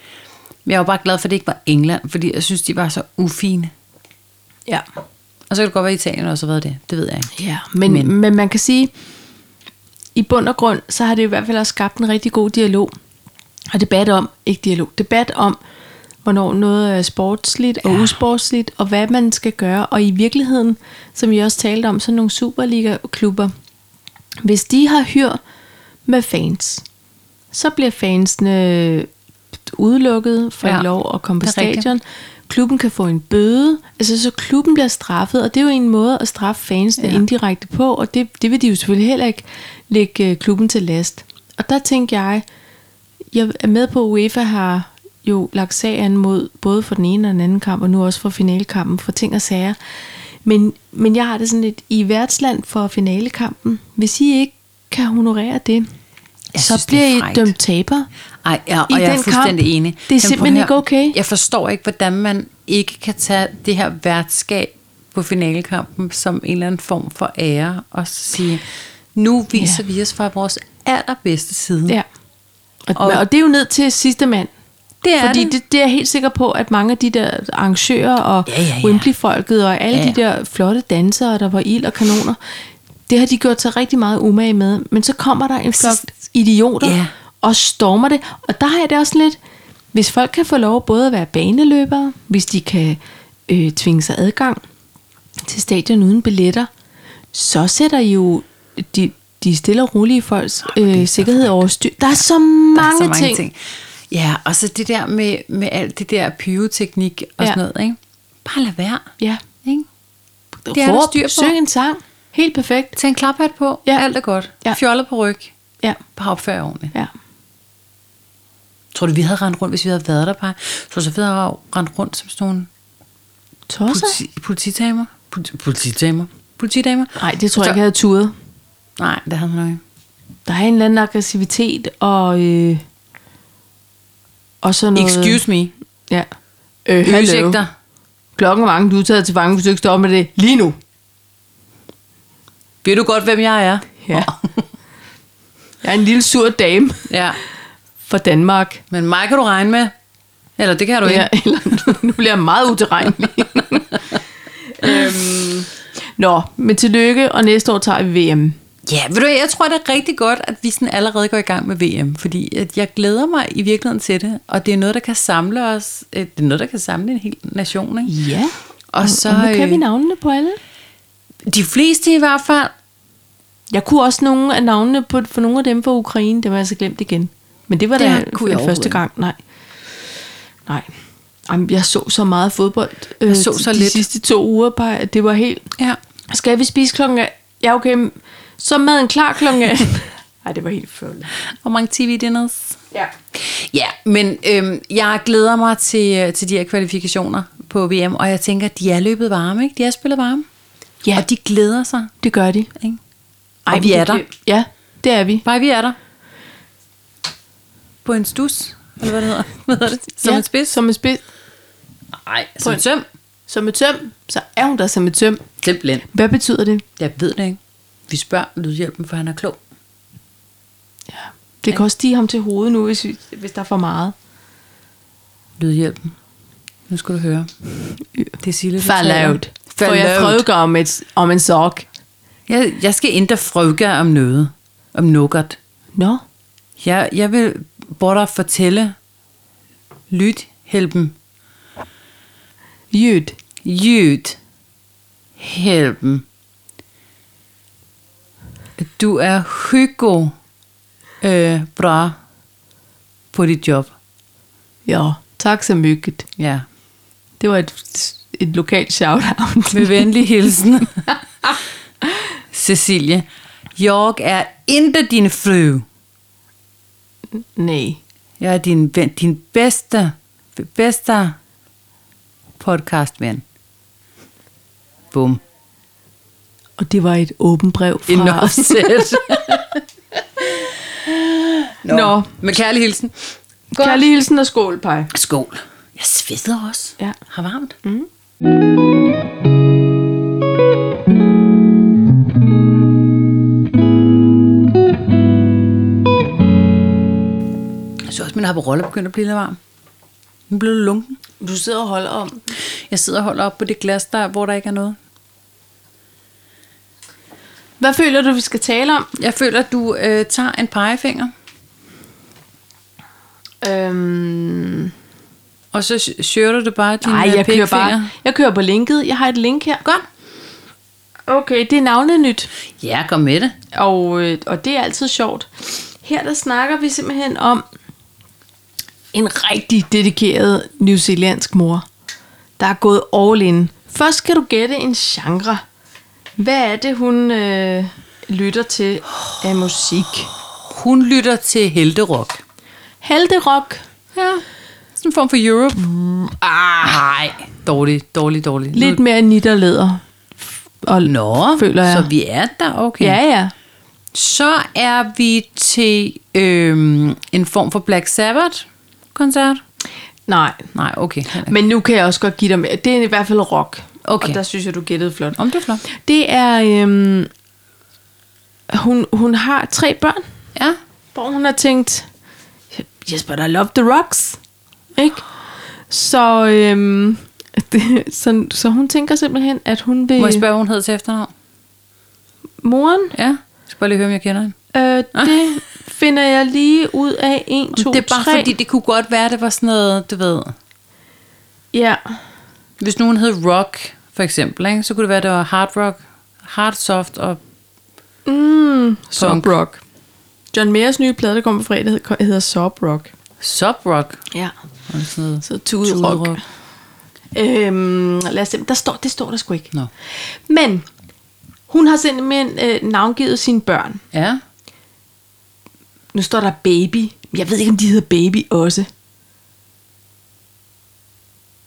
[SPEAKER 2] Men jeg var bare glad for, at det ikke var England, fordi jeg synes, de var så ufine.
[SPEAKER 1] Ja.
[SPEAKER 2] Og så kan det godt være, at Italien også har været det. Det ved jeg ikke.
[SPEAKER 1] ja men,
[SPEAKER 2] Men-
[SPEAKER 1] men. men man kan sige, i bund og grund, så har det i hvert fald også skabt en rigtig god dialog. Og debat om, ikke dialog, debat om, hvornår noget er sportsligt og
[SPEAKER 2] Ja.
[SPEAKER 1] ja. usportsligt, og hvad man skal gøre. Og i virkeligheden, som vi også talte om, sådan nogle Superliga-klubber, hvis de har hyr med fans, så bliver fansene udelukket fra
[SPEAKER 2] Ja,
[SPEAKER 1] ja, lov at komme på
[SPEAKER 2] det er rigtigt.
[SPEAKER 1] stadion. Klubben kan få en bøde, altså så klubben bliver straffet, og det er jo en måde at straffe fansene
[SPEAKER 2] Ja.
[SPEAKER 1] ja. indirekte på, og det, det vil de jo selvfølgelig heller ikke lægge øh, klubben til last. Og der tænkte jeg, jeg er med på, at UEFA har jo lagt sag an mod både for den ene og den anden kamp, og nu også for finalekampen, for ting og sager. Men, men jeg har det sådan lidt, i værtsland for finalekampen, hvis I ikke kan honorere det,
[SPEAKER 2] Jeg
[SPEAKER 1] så
[SPEAKER 2] synes, det
[SPEAKER 1] bliver
[SPEAKER 2] er
[SPEAKER 1] I
[SPEAKER 2] frækt.
[SPEAKER 1] dømt taber.
[SPEAKER 2] Ej, ja, og
[SPEAKER 1] I
[SPEAKER 2] jeg er
[SPEAKER 1] den
[SPEAKER 2] fuldstændig
[SPEAKER 1] kamp,
[SPEAKER 2] enig.
[SPEAKER 1] det er simpelthen
[SPEAKER 2] prøv at
[SPEAKER 1] ikke
[SPEAKER 2] høre,
[SPEAKER 1] okay.
[SPEAKER 2] Jeg forstår ikke, hvordan man ikke kan tage det her værtskab på finalekampen som en eller anden form for ære, og så sige, nu viser vi os fra vores allerbedste side.
[SPEAKER 1] Ja. Og,
[SPEAKER 2] Mm. Og-
[SPEAKER 1] og, og det er jo ned til sidste mand.
[SPEAKER 2] Det er
[SPEAKER 1] Fordi
[SPEAKER 2] det.
[SPEAKER 1] det. Det, det er jeg helt sikker på, at mange af de der arrangører og
[SPEAKER 2] Ja, ja, ja.
[SPEAKER 1] Wembley-folket og alle
[SPEAKER 2] Ja,
[SPEAKER 1] ja,
[SPEAKER 2] ja.
[SPEAKER 1] ja. de der flotte dansere, der var ild og kanoner, det har de gjort sig rigtig meget umage med. Men så kommer der en flok idioter
[SPEAKER 2] Ja.
[SPEAKER 1] ja. og stormer det. Og der har jeg det også lidt, hvis folk kan få lov både at være baneløbere, hvis de kan øh, tvinge sig adgang til stadion uden billetter, så sætter I jo de, de stille og rolige folks øh, sikkerhed over styr. Der er så mange,
[SPEAKER 2] Der er så mange ting.
[SPEAKER 1] ting.
[SPEAKER 2] Ja, og så det der med, med alt det der pyroteknik og
[SPEAKER 1] Ja.
[SPEAKER 2] ja. sådan noget, ikke? Bare lad være,
[SPEAKER 1] Ja.
[SPEAKER 2] ikke?
[SPEAKER 1] Det
[SPEAKER 2] er der styr på.
[SPEAKER 1] Syng en sang. Helt perfekt.
[SPEAKER 2] Tag en klaphat på,
[SPEAKER 1] Ja.
[SPEAKER 2] ja. alt er godt.
[SPEAKER 1] Ja.
[SPEAKER 2] Ja. Fjoller på ryg,
[SPEAKER 1] Ja.
[SPEAKER 2] bare opfør jer ordentligt.
[SPEAKER 1] Ja.
[SPEAKER 2] Tror du, vi havde rendt rundt, hvis vi havde været der bare? Tror du, så vi havde rendt rundt som sådan nogle
[SPEAKER 1] Tosser?
[SPEAKER 2] politi- polititamer? Politi- Polititamer? Politidamer?
[SPEAKER 1] Nej, det tror jeg
[SPEAKER 2] Så-
[SPEAKER 1] ikke, jeg havde turet.
[SPEAKER 2] Nej, det havde man ikke.
[SPEAKER 1] Der er en eller anden aggressivitet og... Øh, og så noget...
[SPEAKER 2] Excuse me.
[SPEAKER 1] Ja. Øh, hallo.
[SPEAKER 2] Udsigter.
[SPEAKER 1] Klokken er mange, du er taget til fange, hvis du ikke står op med det lige nu.
[SPEAKER 2] Ved du godt, hvem jeg er?
[SPEAKER 1] Ja. [LAUGHS] Jeg er en lille sur dame
[SPEAKER 2] Ja.
[SPEAKER 1] fra Danmark.
[SPEAKER 2] Men mig kan du regne med. Eller det kan du
[SPEAKER 1] Ja, [LAUGHS]
[SPEAKER 2] ikke.
[SPEAKER 1] eller nu bliver jeg meget utilregnelig. [LAUGHS] øhm, nå, men tillykke, og næste år tager vi VM.
[SPEAKER 2] Ja, ved du, hvad, jeg tror, det er rigtig godt, at vi sådan allerede går i gang med VM, fordi at jeg glæder mig i virkeligheden til det, og det er noget, der kan samle os. øh, Det er noget, der kan samle en hel nation, ikke?
[SPEAKER 1] Ja.
[SPEAKER 2] Og så...
[SPEAKER 1] og nu kan
[SPEAKER 2] øh,
[SPEAKER 1] vi navnene på alle.
[SPEAKER 2] De fleste i hvert fald.
[SPEAKER 1] Jeg kunne også nogle af navnene på, for nogle af dem fra Ukraine, dem har jeg så glemt igen. Men det var
[SPEAKER 2] Det
[SPEAKER 1] da
[SPEAKER 2] har- kunne jeg
[SPEAKER 1] første
[SPEAKER 2] overhovedet
[SPEAKER 1] gang, nej. Nej. Jamen, jeg så så meget fodbold øh,
[SPEAKER 2] så så
[SPEAKER 1] de
[SPEAKER 2] lidt.
[SPEAKER 1] sidste to uger, bare, at det var helt...
[SPEAKER 2] Ja.
[SPEAKER 1] Skal vi spise klokken... af- Ja, okay, men så er maden klar klokken...
[SPEAKER 2] [LAUGHS]
[SPEAKER 1] af- Ej, det var helt fjollet.
[SPEAKER 2] Og mange tv-dinners.
[SPEAKER 1] Ja.
[SPEAKER 2] Ja, men øhm, jeg glæder mig til, øh, til de her kvalifikationer på VM, og jeg tænker, de er løbet varme, ikke? De er spillet varme.
[SPEAKER 1] Ja.
[SPEAKER 2] Og de glæder sig,
[SPEAKER 1] Det gør de.
[SPEAKER 2] ikke?
[SPEAKER 1] Ej,
[SPEAKER 2] og vi
[SPEAKER 1] men
[SPEAKER 2] er
[SPEAKER 1] det
[SPEAKER 2] der.
[SPEAKER 1] kan- Ja, det er vi.
[SPEAKER 2] Bare vi er der. På en stus, eller hvad det hedder. Hvad hedder det? Som
[SPEAKER 1] ja,
[SPEAKER 2] ja. en spids.
[SPEAKER 1] Som et spids.
[SPEAKER 2] Nej,
[SPEAKER 1] På
[SPEAKER 2] som
[SPEAKER 1] en-
[SPEAKER 2] en søm.
[SPEAKER 1] Som et tøm, så er hun der som et tøm.
[SPEAKER 2] Simpelthen.
[SPEAKER 1] Hvad betyder det?
[SPEAKER 2] Jeg ved det ikke. Vi spørger lydhjælpen, for han er klog.
[SPEAKER 1] Det kan også stige ham til hovedet nu, hvis, vi- hvis der er for meget.
[SPEAKER 2] Lydhjælpen. Nu skal du høre. Det er Sille, der
[SPEAKER 1] For
[SPEAKER 2] taler.
[SPEAKER 1] lavt. For
[SPEAKER 2] For
[SPEAKER 1] jeg
[SPEAKER 2] lavt.
[SPEAKER 1] prøver om, et, om en sok.
[SPEAKER 2] Jeg, jeg skal ikke frøge om noget. Om noget.
[SPEAKER 1] Nå,
[SPEAKER 2] Jeg, jeg vil bare fortælle lydhjælpen.
[SPEAKER 1] jød.
[SPEAKER 2] Lydhjælpen. Du er hyggo øh, bra på dit job.
[SPEAKER 1] Ja, tak så mycket.
[SPEAKER 2] Ja.
[SPEAKER 1] Det var et, et lokalt shout-out.
[SPEAKER 2] Med venlig hilsen. [LAUGHS] Cecilie. Jeg er ikke din frue.
[SPEAKER 1] Nej.
[SPEAKER 2] Jeg er din, ven, din bedste, bedste podcastven. Bum.
[SPEAKER 1] Og det var et åbent brev fra... [LAUGHS]
[SPEAKER 2] offset.
[SPEAKER 1] Nå.
[SPEAKER 2] Nå. [LAUGHS] Nå. Med kærlig hilsen.
[SPEAKER 1] Kærlig hilsen og skål, Paj.
[SPEAKER 2] Skål. Jeg sveder også.
[SPEAKER 1] Ja. Mhm.
[SPEAKER 2] Har varmt. Mm. Jeg synes også, min apparolle er begyndt at blive lidt varm. Den blev lidt lunken.
[SPEAKER 1] Du sidder og holder om.
[SPEAKER 2] Jeg sidder og holder op på det glas, der, hvor der ikke er noget.
[SPEAKER 1] Hvad føler du, vi skal tale om?
[SPEAKER 2] Jeg føler, at du øh, tager en pegefinger,
[SPEAKER 1] Øhm...
[SPEAKER 2] og så sh- shirter du bare din
[SPEAKER 1] Nej,
[SPEAKER 2] øh,
[SPEAKER 1] jeg kører
[SPEAKER 2] pegefinger.
[SPEAKER 1] bare. Jeg kører på linket. Jeg har et link her.
[SPEAKER 2] Godt.
[SPEAKER 1] Okay, det er navnet nyt,
[SPEAKER 2] Ja, kom med det.
[SPEAKER 1] og, øh, og det er altid sjovt. Her der snakker vi simpelthen om en rigtig dedikeret New Zealandsk mor, der er gået all in. Først skal du gætte en genre. Hvad er det, hun øh, lytter til af musik?
[SPEAKER 2] Hun lytter til helterock.
[SPEAKER 1] Helterock. Ja.
[SPEAKER 2] Sådan en form for Europe. Ah, nej. Dårlig, dårlig, dårlig.
[SPEAKER 1] Lidt mere nitterleder. Og,
[SPEAKER 2] Nå,
[SPEAKER 1] føler jeg.
[SPEAKER 2] så vi er der, okay.
[SPEAKER 1] Ja, ja.
[SPEAKER 2] Så er vi til øhm, en form for Black Sabbath-koncert.
[SPEAKER 1] Nej,
[SPEAKER 2] Nej, okay.
[SPEAKER 1] Men nu kan jeg også godt give dig med. Det er i hvert fald rock.
[SPEAKER 2] Okay.
[SPEAKER 1] Og der synes jeg, du gættede flot.
[SPEAKER 2] Om det er flot.
[SPEAKER 1] Det er... Øhm, hun, hun har tre børn,
[SPEAKER 2] Ja.
[SPEAKER 1] hvor hun har tænkt, Jesper, der love the rocks. Ikke? Så, øhm, [LAUGHS] det, så, så hun tænker simpelthen, at hun vil...
[SPEAKER 2] Må jeg spørge, hvad hun hedder til efternavn?
[SPEAKER 1] Moren,
[SPEAKER 2] Ja. Jeg skal bare lige høre, om jeg kender hende.
[SPEAKER 1] øh, det finder jeg lige ud af. 1, 2,
[SPEAKER 2] Ah. det er bare
[SPEAKER 1] 3.
[SPEAKER 2] fordi, det kunne godt være, det var sådan noget, du ved...
[SPEAKER 1] Ja,
[SPEAKER 2] Hvis nogen hed Rock, for eksempel, ikke? så kunne det være, det var Hard Rock, Hard Soft og...
[SPEAKER 1] Mm, Sob Rock. John Mayers nye plade, der kommer på fredag, hed- hedder Sob Rock.
[SPEAKER 2] Subrock.
[SPEAKER 1] Ja.
[SPEAKER 2] Og sådan noget.
[SPEAKER 1] Så tude
[SPEAKER 2] Tudrock.
[SPEAKER 1] rock. Øhm, lad os se, der står, det står der sgu ikke.
[SPEAKER 2] Nå.
[SPEAKER 1] Men hun har simpelthen øh, navngivet sine børn.
[SPEAKER 2] Ja.
[SPEAKER 1] Nu står der baby. Jeg ved ikke, om de hedder baby også.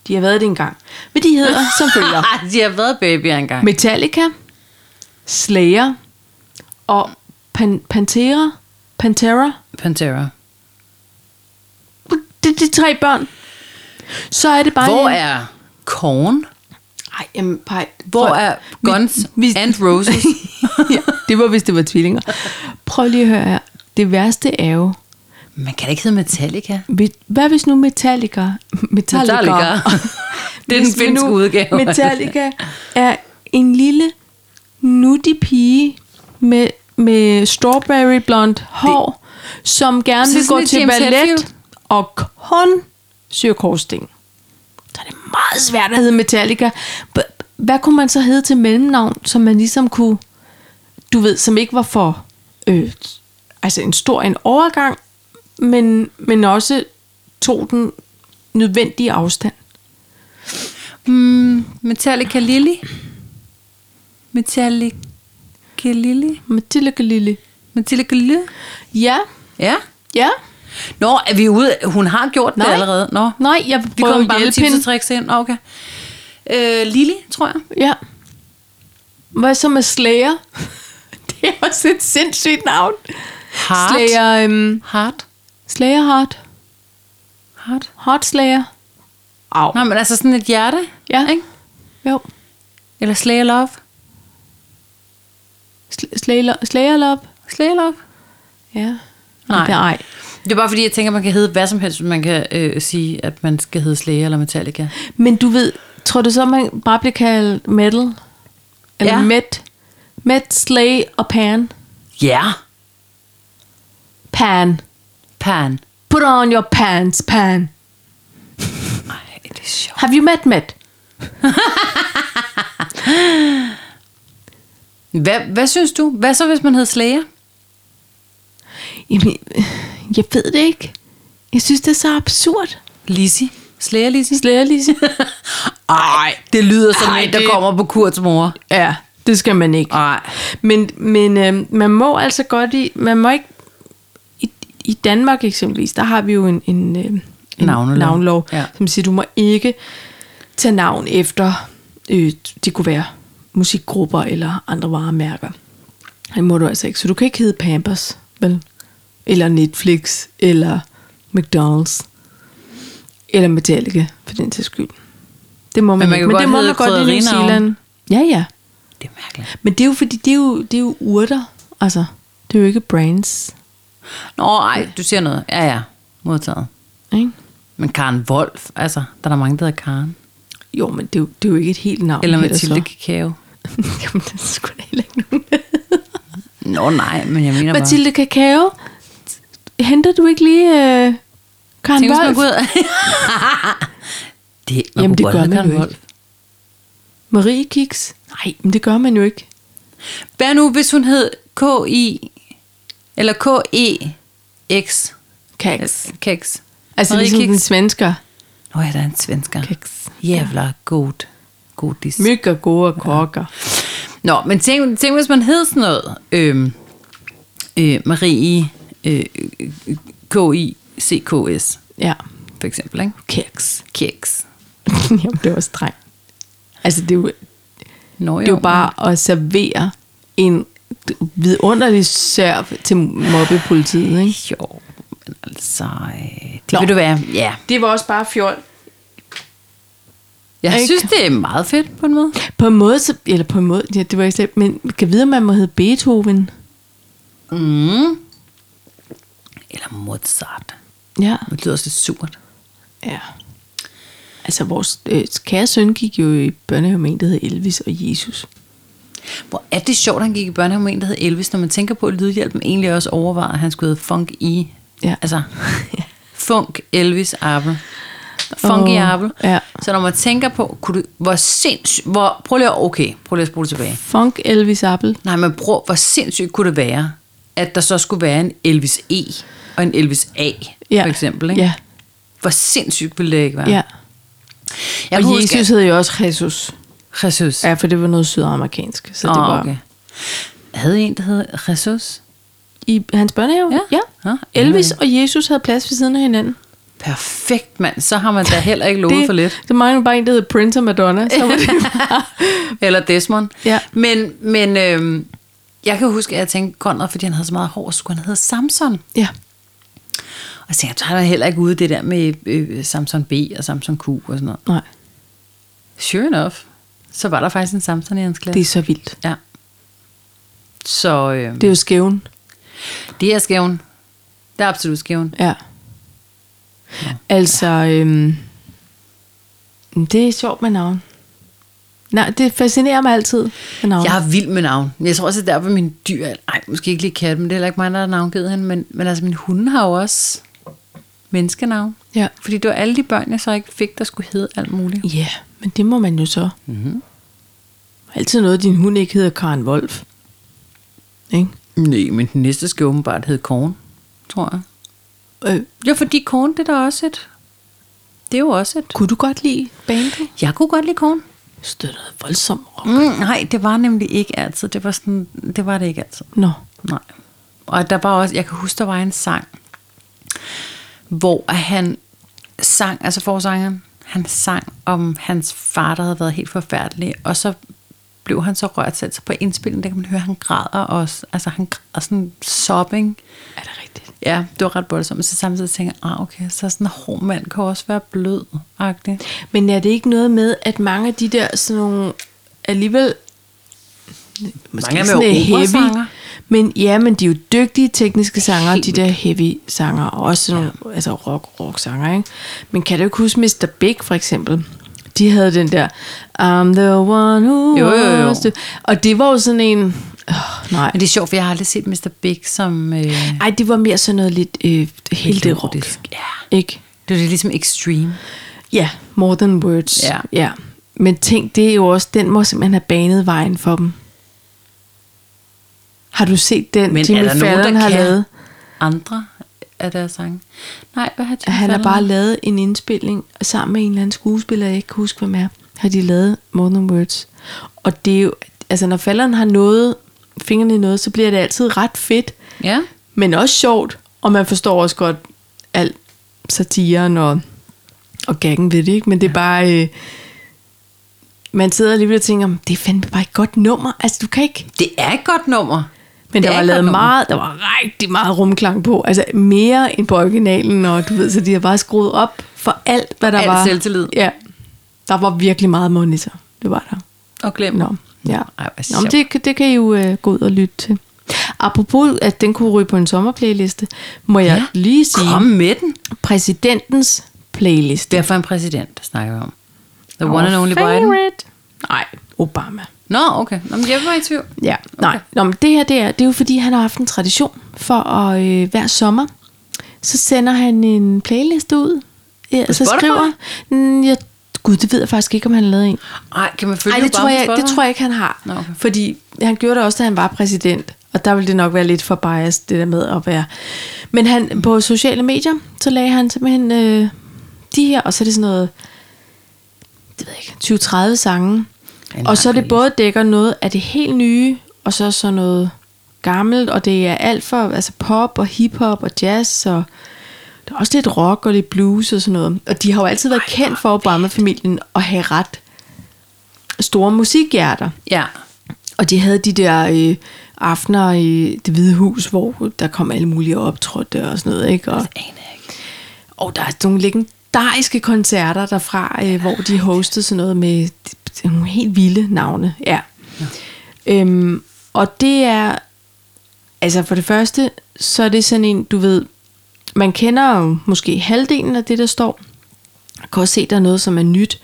[SPEAKER 1] De har været det engang. Men de hedder
[SPEAKER 2] [LAUGHS]
[SPEAKER 1] som følger.
[SPEAKER 2] Ah, de har været babyer engang.
[SPEAKER 1] Metallica, Slayer og Pan- Pantera. Pantera.
[SPEAKER 2] Pantera.
[SPEAKER 1] Det er de tre børn. Så er det bare...
[SPEAKER 2] Hvor er Korn?
[SPEAKER 1] Ej, jamen, pej.
[SPEAKER 2] Hvor
[SPEAKER 1] Prøv-
[SPEAKER 2] er
[SPEAKER 1] Vi-
[SPEAKER 2] Guns
[SPEAKER 1] vi-
[SPEAKER 2] and Roses?
[SPEAKER 1] ja, det var, hvis det var tvillinger. Prøv lige at høre her. Det værste er jo,
[SPEAKER 2] [LAUGHS] Man kan da ikke hedde Metallica.
[SPEAKER 1] vi- hvad hvis nu Metallica... Metallica.
[SPEAKER 2] Metallica. [LAUGHS] Det er den
[SPEAKER 1] Hvis vi
[SPEAKER 2] finske
[SPEAKER 1] nu-
[SPEAKER 2] udgave.
[SPEAKER 1] Metallica er en lille nuttig pige med, med strawberry blond hår, det, som gerne
[SPEAKER 2] Så
[SPEAKER 1] vil
[SPEAKER 2] sådan
[SPEAKER 1] gå
[SPEAKER 2] lidt
[SPEAKER 1] til
[SPEAKER 2] James
[SPEAKER 1] ballet
[SPEAKER 2] Hetfield.
[SPEAKER 1] og kun syr korsting. Så er det meget svært at hedde Metallica. B- Hvad kunne man så hedde til mellemnavn, som man ligesom kunne, du ved, som ikke var for øh, altså en stor en overgang, men, men også tog den nødvendige afstand.
[SPEAKER 2] [LAUGHS] Mm, Metallica Lily. Metallica Lily.
[SPEAKER 1] Mathilde Lille.
[SPEAKER 2] Metallica Lily.
[SPEAKER 1] Ja,
[SPEAKER 2] Ja.
[SPEAKER 1] ja.
[SPEAKER 2] Nå, er vi ude? Hun har gjort Nej. det
[SPEAKER 1] Nej.
[SPEAKER 2] allerede. Nå.
[SPEAKER 1] Nej, jeg
[SPEAKER 2] Vi
[SPEAKER 1] prøver
[SPEAKER 2] kommer
[SPEAKER 1] at
[SPEAKER 2] bare med
[SPEAKER 1] hjælpe
[SPEAKER 2] tips
[SPEAKER 1] hende.
[SPEAKER 2] og tricks ind. Okay. Øh, Lily, tror jeg.
[SPEAKER 1] Ja. Hvad så med Slayer? [LAUGHS] det er også et sindssygt navn.
[SPEAKER 2] Heart.
[SPEAKER 1] Slayer, øhm,
[SPEAKER 2] Heart.
[SPEAKER 1] Slayer Heart.
[SPEAKER 2] Heart.
[SPEAKER 1] Heart Slayer. Au.
[SPEAKER 2] Nå, men altså sådan et hjerte.
[SPEAKER 1] Ja.
[SPEAKER 2] Ikke?
[SPEAKER 1] Jo.
[SPEAKER 2] Eller Slayer Love.
[SPEAKER 1] Sl- Slayer, Slayer Love.
[SPEAKER 2] Slayer Love.
[SPEAKER 1] Ja.
[SPEAKER 2] Nej.
[SPEAKER 1] Det er ej.
[SPEAKER 2] Det er bare fordi, jeg tænker, man kan hedde hvad som helst, hvis man kan øh, sige, at man skal hedde Slayer eller Metallica.
[SPEAKER 1] Men du ved, tror du så, man bare bliver kaldt metal? Eller
[SPEAKER 2] Ja.
[SPEAKER 1] ja. met? Met, slay og pan.
[SPEAKER 2] Ja.
[SPEAKER 1] Pan.
[SPEAKER 2] Pan.
[SPEAKER 1] Put on your pants, pan.
[SPEAKER 2] Ej, det er sjovt.
[SPEAKER 1] Have you met met?
[SPEAKER 2] Hvad, hvad synes du? Hvad så, hvis man hedder Slayer?
[SPEAKER 1] Jamen, jeg ved det ikke. Jeg synes, det er så absurd.
[SPEAKER 2] Lizzie. Slayer Lizzie?
[SPEAKER 1] Slæger lige
[SPEAKER 2] Ej, det lyder som
[SPEAKER 1] Ej,
[SPEAKER 2] en, der
[SPEAKER 1] det-
[SPEAKER 2] kommer på Kurts mor.
[SPEAKER 1] Ja, det skal man ikke.
[SPEAKER 2] Ej.
[SPEAKER 1] Men, men øh, man må altså godt i... Man må ikke... I, I Danmark eksempelvis, der har vi jo en, en, øh, en
[SPEAKER 2] Navnelov.
[SPEAKER 1] navnlov
[SPEAKER 2] Ja.
[SPEAKER 1] ja. som siger, du må ikke tage navn efter... Øh, det kunne være musikgrupper eller andre varemærker. Det må du altså ikke. Så du kan ikke hedde Pampers, vel? Eller Netflix, eller McDonald's. Eller Metallica, for den til skyld. Det må man,
[SPEAKER 2] man
[SPEAKER 1] ikke.
[SPEAKER 2] kan
[SPEAKER 1] Men
[SPEAKER 2] godt
[SPEAKER 1] det må
[SPEAKER 2] hedde
[SPEAKER 1] man godt i New
[SPEAKER 2] krydderinavn.
[SPEAKER 1] Zealand. Ja, ja.
[SPEAKER 2] Det er mærkeligt.
[SPEAKER 1] Men det er jo fordi, det er jo, det er jo urter. Altså, det er jo ikke brands.
[SPEAKER 2] Nå, ej, du siger noget. Ja, ja. Modtaget.
[SPEAKER 1] Ikke?
[SPEAKER 2] Men Karen Wolf, altså, der er der mange, der hedder Karen.
[SPEAKER 1] Jo, men det er jo, det er jo ikke et helt navn.
[SPEAKER 2] Eller
[SPEAKER 1] hedder det så.
[SPEAKER 2] Mathilde Kakao.
[SPEAKER 1] [LAUGHS] Jamen, det er sgu da heller ikke nogen.
[SPEAKER 2] Nå, nej, men jeg mener bare...
[SPEAKER 1] Mathilde Kakao, henter du ikke lige øh, Karen
[SPEAKER 2] Tænk, hvis man
[SPEAKER 1] Wolf?
[SPEAKER 2] går ud... [LAUGHS] det, man
[SPEAKER 1] Jamen,
[SPEAKER 2] kunne
[SPEAKER 1] det
[SPEAKER 2] godt
[SPEAKER 1] gør
[SPEAKER 2] hedde
[SPEAKER 1] man
[SPEAKER 2] Karen
[SPEAKER 1] jo ikke.
[SPEAKER 2] Wolf.
[SPEAKER 1] Marie Kiks? Nej, men det gør man jo ikke.
[SPEAKER 2] Hvad nu, hvis hun hed K-I... Eller E K-E-X...
[SPEAKER 1] Kaks.
[SPEAKER 2] Keks.
[SPEAKER 1] Altså, Marie ligesom den svensker.
[SPEAKER 2] Nå ja, der er en svensker.
[SPEAKER 1] Keks.
[SPEAKER 2] Jævla god. Godis.
[SPEAKER 1] Mykker gode kokker.
[SPEAKER 2] Nå, men tænk, tænk hvis man hed sådan noget. Øhm, øh, Marie øh, K-I-C-K-S,
[SPEAKER 1] Ja.
[SPEAKER 2] for eksempel. Ikke?
[SPEAKER 1] Keks. [LAUGHS]
[SPEAKER 2] Keks.
[SPEAKER 1] Jamen, det var strengt. Altså, det er jo,
[SPEAKER 2] Nå,
[SPEAKER 1] Det er jo bare at servere en vidunderlig serv til mobbepolitiet, ikke?
[SPEAKER 2] Jo, men altså... Øh, det
[SPEAKER 1] Nå.
[SPEAKER 2] vil du være. Ja.
[SPEAKER 1] Det var også bare fjol.
[SPEAKER 2] Jeg
[SPEAKER 1] Ikke?
[SPEAKER 2] synes, det er meget fedt på en måde.
[SPEAKER 1] På en måde, så, eller på en måde, ja, det var ikke slet, men kan vide, om man må hedde Beethoven?
[SPEAKER 2] Mm. Eller Mozart.
[SPEAKER 1] Ja.
[SPEAKER 2] Det lyder også lidt surt.
[SPEAKER 1] ja. Altså, vores øh, kære søn gik jo i børnehave med en, der hed Elvis og Jesus.
[SPEAKER 2] Hvor er det sjovt, at han gik i børnehave med en, der hed Elvis, når man tænker på, at lydhjælpen egentlig også overvejede, at han skulle hedde Funk
[SPEAKER 1] [LAUGHS]
[SPEAKER 2] E.
[SPEAKER 1] Ja.
[SPEAKER 2] Altså, Funk Elvis Apple. Funky
[SPEAKER 1] Åh,
[SPEAKER 2] Apple.
[SPEAKER 1] ja.
[SPEAKER 2] Så når man tænker på, kunne du, hvor sindssygt, hvor, prøv lige at, okay, prøv lige at spole tilbage.
[SPEAKER 1] Funk Elvis Apple.
[SPEAKER 2] Nej, men prøv, hvor sindssygt kunne det være, at der så skulle være en Elvis E og en Elvis A.
[SPEAKER 1] Ja.
[SPEAKER 2] for eksempel. Ikke?
[SPEAKER 1] Ja.
[SPEAKER 2] Hvor sindssygt ville det ikke være?
[SPEAKER 1] ja.
[SPEAKER 2] Jeg
[SPEAKER 1] Og
[SPEAKER 2] kunne huske,
[SPEAKER 1] Jesus hed jo også Jesus.
[SPEAKER 2] at- Jesus.
[SPEAKER 1] Ja, for det var noget sydamerikansk. Så det
[SPEAKER 2] Åh,
[SPEAKER 1] var
[SPEAKER 2] Ah, okay. Jeg havde en, der hed Jesus.
[SPEAKER 1] i hans børnehave.
[SPEAKER 2] Ja.
[SPEAKER 1] ja.
[SPEAKER 2] Nå,
[SPEAKER 1] Elvis og Jesus havde plads ved siden af hinanden.
[SPEAKER 2] Perfekt, mand. Så har man da heller [LAUGHS] ikke lovet for lidt.
[SPEAKER 1] Så mangler bare en, der hedder Prince og Madonna. Så var det
[SPEAKER 2] Eller Desmond.
[SPEAKER 1] Ja.
[SPEAKER 2] Men, men øhm, jeg kan huske, at jeg tænkte, Conrad, fordi han havde så meget hår, så skulle han hedde Samson.
[SPEAKER 1] [LAUGHS] ja.
[SPEAKER 2] Og jeg tænkte, så er han heller ikke ude det der med øh, Samson B og Samson Q og sådan noget.
[SPEAKER 1] Nej,
[SPEAKER 2] Sure enough, så var der faktisk en Samson i hans klasse.
[SPEAKER 1] det er så vildt.
[SPEAKER 2] Ja. Så øh,
[SPEAKER 1] Det er jo skæven.
[SPEAKER 2] det er skæven. Det er absolut skæven.
[SPEAKER 1] Ja. Altså, øhm, det er sjovt med navn. Nej, det fascinerer mig altid med navn.
[SPEAKER 2] Jeg er vild med navn. Jeg tror også, at der var min dyr... Nej, måske ikke lige katten, men det er heller ikke mig, der har navngivet hende. Men, men altså, min hund har jo også menneskenavn.
[SPEAKER 1] Ja.
[SPEAKER 2] Fordi det var alle de børn, jeg så ikke fik, der skulle hedde alt muligt.
[SPEAKER 1] Ja, men det må man jo så. Mm-hmm. Altid noget, din hund ikke hedder Karen Wolf. Ikke?
[SPEAKER 2] Nej, men den næste skal åbenbart hedde Korn, tror jeg.
[SPEAKER 1] Øh,
[SPEAKER 2] Ja, fordi Korn, det er da også et... Det er jo også et...
[SPEAKER 1] kunne du godt lide bandet?
[SPEAKER 2] Jeg kunne godt lide Korn.
[SPEAKER 1] Støttede voldsomt rock.
[SPEAKER 2] Mm, nej, det var nemlig ikke altid. Det var, sådan, det var det ikke altid.
[SPEAKER 1] Nå,
[SPEAKER 2] Nej. Og der var også, jeg kan huske, der var en sang, hvor at han sang, altså forsangeren, han sang om hans far, der havde været helt forfærdelig, og så blev han så rørt selv, så på indspillingen, der kan man høre, at han græder også, altså han græder sådan sobbing.
[SPEAKER 1] er det rigtigt?
[SPEAKER 2] Ja, det var ret voldsomt, men så samtidig tænker jeg, ah okay, så sådan en hård mand kan også være blød, -agtig.
[SPEAKER 1] Men er det ikke noget med, at mange af de der sådan nogle alligevel måske
[SPEAKER 2] Mange af dem
[SPEAKER 1] sådan
[SPEAKER 2] er jo
[SPEAKER 1] lidt
[SPEAKER 2] operasanger.
[SPEAKER 1] men ja, men de er jo dygtige tekniske sanger,
[SPEAKER 2] Helt
[SPEAKER 1] de der heavy sanger, og også sådan nogle altså rock, rock sanger, ikke? Men kan du ikke huske Mr. Big for eksempel? De havde den der I'm the one who
[SPEAKER 2] Jo, jo, jo.
[SPEAKER 1] was the-" Og det var jo sådan en oh, nej.
[SPEAKER 2] Men det er sjovt, for jeg har aldrig set Mr. Big som... Øh,
[SPEAKER 1] Ej, det var mere sådan noget lidt øh, helt rock.
[SPEAKER 2] melodisk. Ja.
[SPEAKER 1] Ikke?
[SPEAKER 2] Det er jo ligesom extreme.
[SPEAKER 1] Ja, more than words.
[SPEAKER 2] Ja.
[SPEAKER 1] ja. Men tænk, det er jo også, den må simpelthen have banet vejen for dem. Har du set den,
[SPEAKER 2] Men
[SPEAKER 1] Jimmy
[SPEAKER 2] er der
[SPEAKER 1] Fallon
[SPEAKER 2] nogen, der
[SPEAKER 1] har
[SPEAKER 2] kan
[SPEAKER 1] lavet?
[SPEAKER 2] andre af deres sange? Nej, hvad har Jimmy
[SPEAKER 1] Han har
[SPEAKER 2] Fallon
[SPEAKER 1] bare
[SPEAKER 2] lavet?
[SPEAKER 1] lavet en indspilning sammen med en eller anden skuespiller, jeg ikke kan huske, hvem er. Har de lavet More Than Words. Og det er jo, altså når Fallon har noget, fingrene i noget, så bliver det altid ret fedt,
[SPEAKER 2] Ja,
[SPEAKER 1] men også sjovt, og man forstår også godt alt satiren og, og gaggen ved det, ikke? men det er bare, øh, man sidder alligevel og tænker, det er fandme bare et godt nummer, altså du kan ikke,
[SPEAKER 2] det er et godt nummer.
[SPEAKER 1] men
[SPEAKER 2] Det
[SPEAKER 1] der
[SPEAKER 2] er
[SPEAKER 1] var
[SPEAKER 2] et
[SPEAKER 1] lavet
[SPEAKER 2] godt nummer.
[SPEAKER 1] meget, der var rigtig meget rumklang på, altså mere end på originalen, og du ved, så de har bare skruet op for alt, hvad der
[SPEAKER 2] Alt
[SPEAKER 1] var.
[SPEAKER 2] selvtillid.
[SPEAKER 1] Ja, der var virkelig meget monitor, det var der.
[SPEAKER 2] Og glem.
[SPEAKER 1] Nå, ja.
[SPEAKER 2] Ej, hvor
[SPEAKER 1] Nå, men
[SPEAKER 2] sjovt.
[SPEAKER 1] det, kan- det kan I jo øh, gå ud og lytte til. Apropos, at den kunne ryge på en sommerplayliste, må jeg
[SPEAKER 2] Ja.
[SPEAKER 1] lige sige
[SPEAKER 2] Kom med den.
[SPEAKER 1] præsidentens playlist.
[SPEAKER 2] Hvad for en præsident, der snakker vi om? The
[SPEAKER 1] Our
[SPEAKER 2] one and only Biden?
[SPEAKER 1] favorite. Nej, Obama.
[SPEAKER 2] Nå, okay. Nå, men jeg var i tvivl.
[SPEAKER 1] Ja, nej. Nå, men det her, det er, det er jo fordi, han har haft en tradition for at øh, hver sommer, så sender han en playliste ud. Ja, så
[SPEAKER 2] Spotify?
[SPEAKER 1] skriver... Mm, jeg, gud, det ved jeg faktisk ikke, om han har lavet en.
[SPEAKER 2] Ej, kan man følge
[SPEAKER 1] Ej, det tror, jeg, det tror jeg ikke, han har.
[SPEAKER 2] Nå, okay.
[SPEAKER 1] Fordi han gjorde det også, da han var præsident. Og der ville det nok være lidt for biased, det der med at være. Men han, på sociale medier, så lagde han simpelthen øh, de her, og så er det sådan noget, det ved jeg ikke, 20-30 sange.
[SPEAKER 2] En
[SPEAKER 1] og så er det
[SPEAKER 2] lang
[SPEAKER 1] både dækker noget af det helt nye, og så så noget gammelt, og det er alt for altså pop og hiphop og jazz, og der er også lidt rock og lidt blues og sådan noget. Og de har jo altid været kendt for Obama-familien at have ret store musikhjerter.
[SPEAKER 2] Ja.
[SPEAKER 1] Og de havde de der øh, aftener i det hvide hus, hvor der kom alle mulige optrådte og sådan noget. Ikke? Og,
[SPEAKER 2] Aner jeg ikke.
[SPEAKER 1] og der er nogle legendariske koncerter derfra, øh, hvor de hostede sådan noget med nogle helt vilde navne. Ja. Øhm, og det er, altså for det første, så er det sådan en, du ved, man kender jo måske halvdelen af det, der står. Man kan også se, der er noget, som er nyt.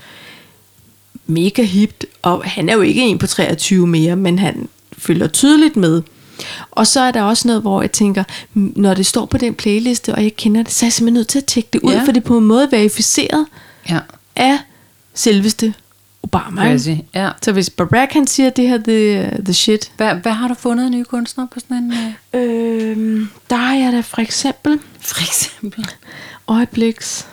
[SPEAKER 1] Mega hipt, og han er jo ikke en på 23 mere, men han følger tydeligt med. Og så er der også noget, hvor jeg tænker, "Mm, når det står på den playliste, og jeg kender det, så er jeg simpelthen nødt til at tjekke det ud,
[SPEAKER 2] Ja.
[SPEAKER 1] for det er på en måde verificeret
[SPEAKER 2] Ja.
[SPEAKER 1] af selveste Obama. ikke?
[SPEAKER 2] Crazy. Ja.
[SPEAKER 1] Så hvis Barack han siger, at det her det er the shit.
[SPEAKER 2] Hvad, hvad har du fundet af nye kunstnere på sådan en... Øh?
[SPEAKER 1] Øhm, der er jeg da for eksempel
[SPEAKER 2] For eksempel.
[SPEAKER 1] øjebliks.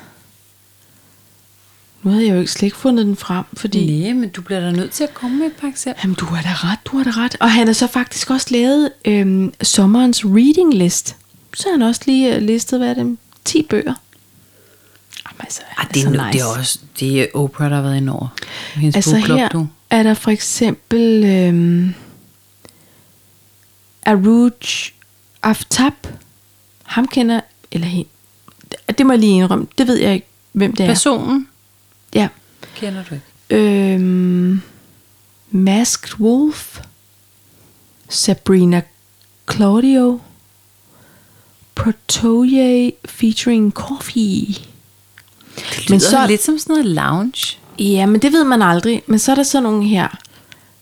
[SPEAKER 1] Nu havde jeg jo ikke slet ikke fundet den frem, fordi...
[SPEAKER 2] Nej, men du bliver da nødt til at komme med et par eksempler.
[SPEAKER 1] Jamen, du har da ret, du har da ret. Og han har så faktisk også lavet øhm, sommerens reading list. Så har han også lige øh, listet, hvad er det, 10 bøger. Jamen, altså, han
[SPEAKER 2] Ah, det, er,
[SPEAKER 1] så
[SPEAKER 2] nu- det er også det er Oprah, der har været ind over. Hendes
[SPEAKER 1] Altså
[SPEAKER 2] bogklub,
[SPEAKER 1] her
[SPEAKER 2] du.
[SPEAKER 1] er der for eksempel øhm, Aruj Aftab. Ham kender, eller hende. Det må jeg lige indrømme. Det ved jeg ikke, hvem det er.
[SPEAKER 2] Personen
[SPEAKER 1] Ja.
[SPEAKER 2] kender du ikke.
[SPEAKER 1] Øhm, Masked Wolf, Sabrina Claudio, Protoye featuring Coffee.
[SPEAKER 2] Det men så lidt som sådan noget lounge.
[SPEAKER 1] Ja, men det ved man aldrig. Men så er der sådan nogle her.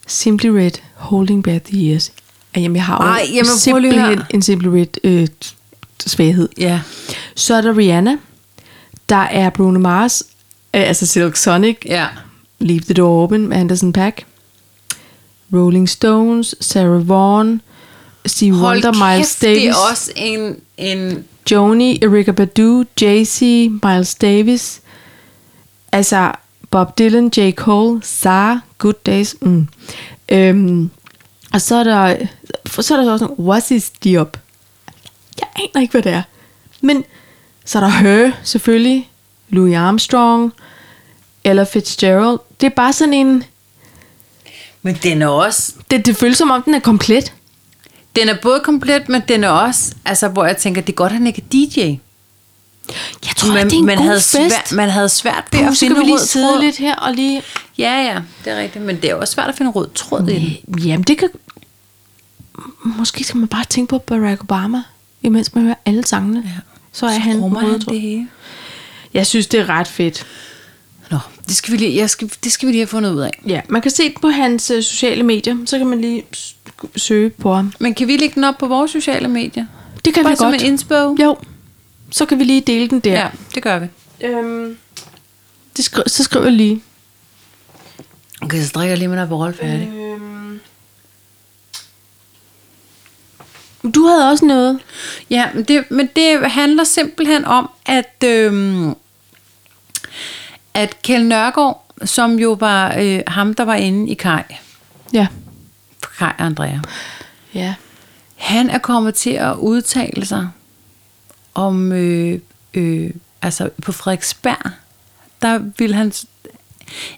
[SPEAKER 1] Simply Red, Holding Back the Years. Ej, Jamen, jeg har jo
[SPEAKER 2] Ej, jamen, prøv lige at
[SPEAKER 1] simpelthen
[SPEAKER 2] høre.
[SPEAKER 1] en Simply Red øh, t- t- svaghed.
[SPEAKER 2] Ja.
[SPEAKER 1] Så er der Rihanna. Der er Bruno Mars, øh, altså Silk Sonic,
[SPEAKER 2] Ja.
[SPEAKER 1] Leave the Door Open med Anderson Pack. Rolling Stones, Sarah Vaughan, Steve Wonder, Miles Davis,
[SPEAKER 2] det er også en... en
[SPEAKER 1] Joni, Erika Badu, Jay-Z, Miles Davis. Altså Bob Dylan, J. Cole, Sarah, Good Days. Mm. Øhm, og så er der, så er der også nogle What is Diop? Jeg aner ikke, hvad det er. Men så er der Her, selvfølgelig. Louis Armstrong. Eller Fitzgerald. Det er bare sådan en...
[SPEAKER 2] men den er også...
[SPEAKER 1] Det, det føles som om, den er komplet.
[SPEAKER 2] Den er både komplet, men den er også... Altså, hvor jeg tænker, det er godt, han ikke er DJ.
[SPEAKER 1] Jeg tror,
[SPEAKER 2] man,
[SPEAKER 1] det er en
[SPEAKER 2] man
[SPEAKER 1] god
[SPEAKER 2] havde
[SPEAKER 1] fest.
[SPEAKER 2] Svært, man havde svært ved
[SPEAKER 1] Puh,
[SPEAKER 2] at
[SPEAKER 1] skal
[SPEAKER 2] finde
[SPEAKER 1] vi lige
[SPEAKER 2] rød tråd.
[SPEAKER 1] sidde lidt her og lige...
[SPEAKER 2] Ja, ja, det er rigtigt. Men det er også svært at finde rød tråd i det.
[SPEAKER 1] Øh, Jamen, det kan... Måske skal man bare tænke på Barack Obama, imens man hører alle sangene. Ja. Så er
[SPEAKER 2] Så
[SPEAKER 1] han,
[SPEAKER 2] rummer han
[SPEAKER 1] rødtråd.
[SPEAKER 2] det hele.
[SPEAKER 1] Jeg synes, det er ret fedt.
[SPEAKER 2] Nå, det skal, vi lige, jeg skal, det skal vi lige have fundet ud af.
[SPEAKER 1] Ja, man kan se det på hans øh, sociale medier, så kan man lige s- søge på ham.
[SPEAKER 2] Men kan vi lægge den op på vores sociale medier?
[SPEAKER 1] Det kan
[SPEAKER 2] Bare
[SPEAKER 1] vi
[SPEAKER 2] som
[SPEAKER 1] godt.
[SPEAKER 2] en inspo?
[SPEAKER 1] Jo, så kan vi lige dele den der.
[SPEAKER 2] ja, det gør vi.
[SPEAKER 1] Øhm, det skri- så skriver jeg lige.
[SPEAKER 2] Okay, så drikker jeg lige med dig på rolle færdig.
[SPEAKER 1] Øhm. Du havde også noget.
[SPEAKER 2] Ja, men det, men det handler simpelthen om, at, øhm, at Kjell Nørgaard, som jo var øh, ham, der var inde i Kaj,
[SPEAKER 1] Ja.
[SPEAKER 2] for Kaj og Andrea,
[SPEAKER 1] Ja.
[SPEAKER 2] han er kommet til at udtale sig om, øh, øh, altså på Frederiksberg, der vil han,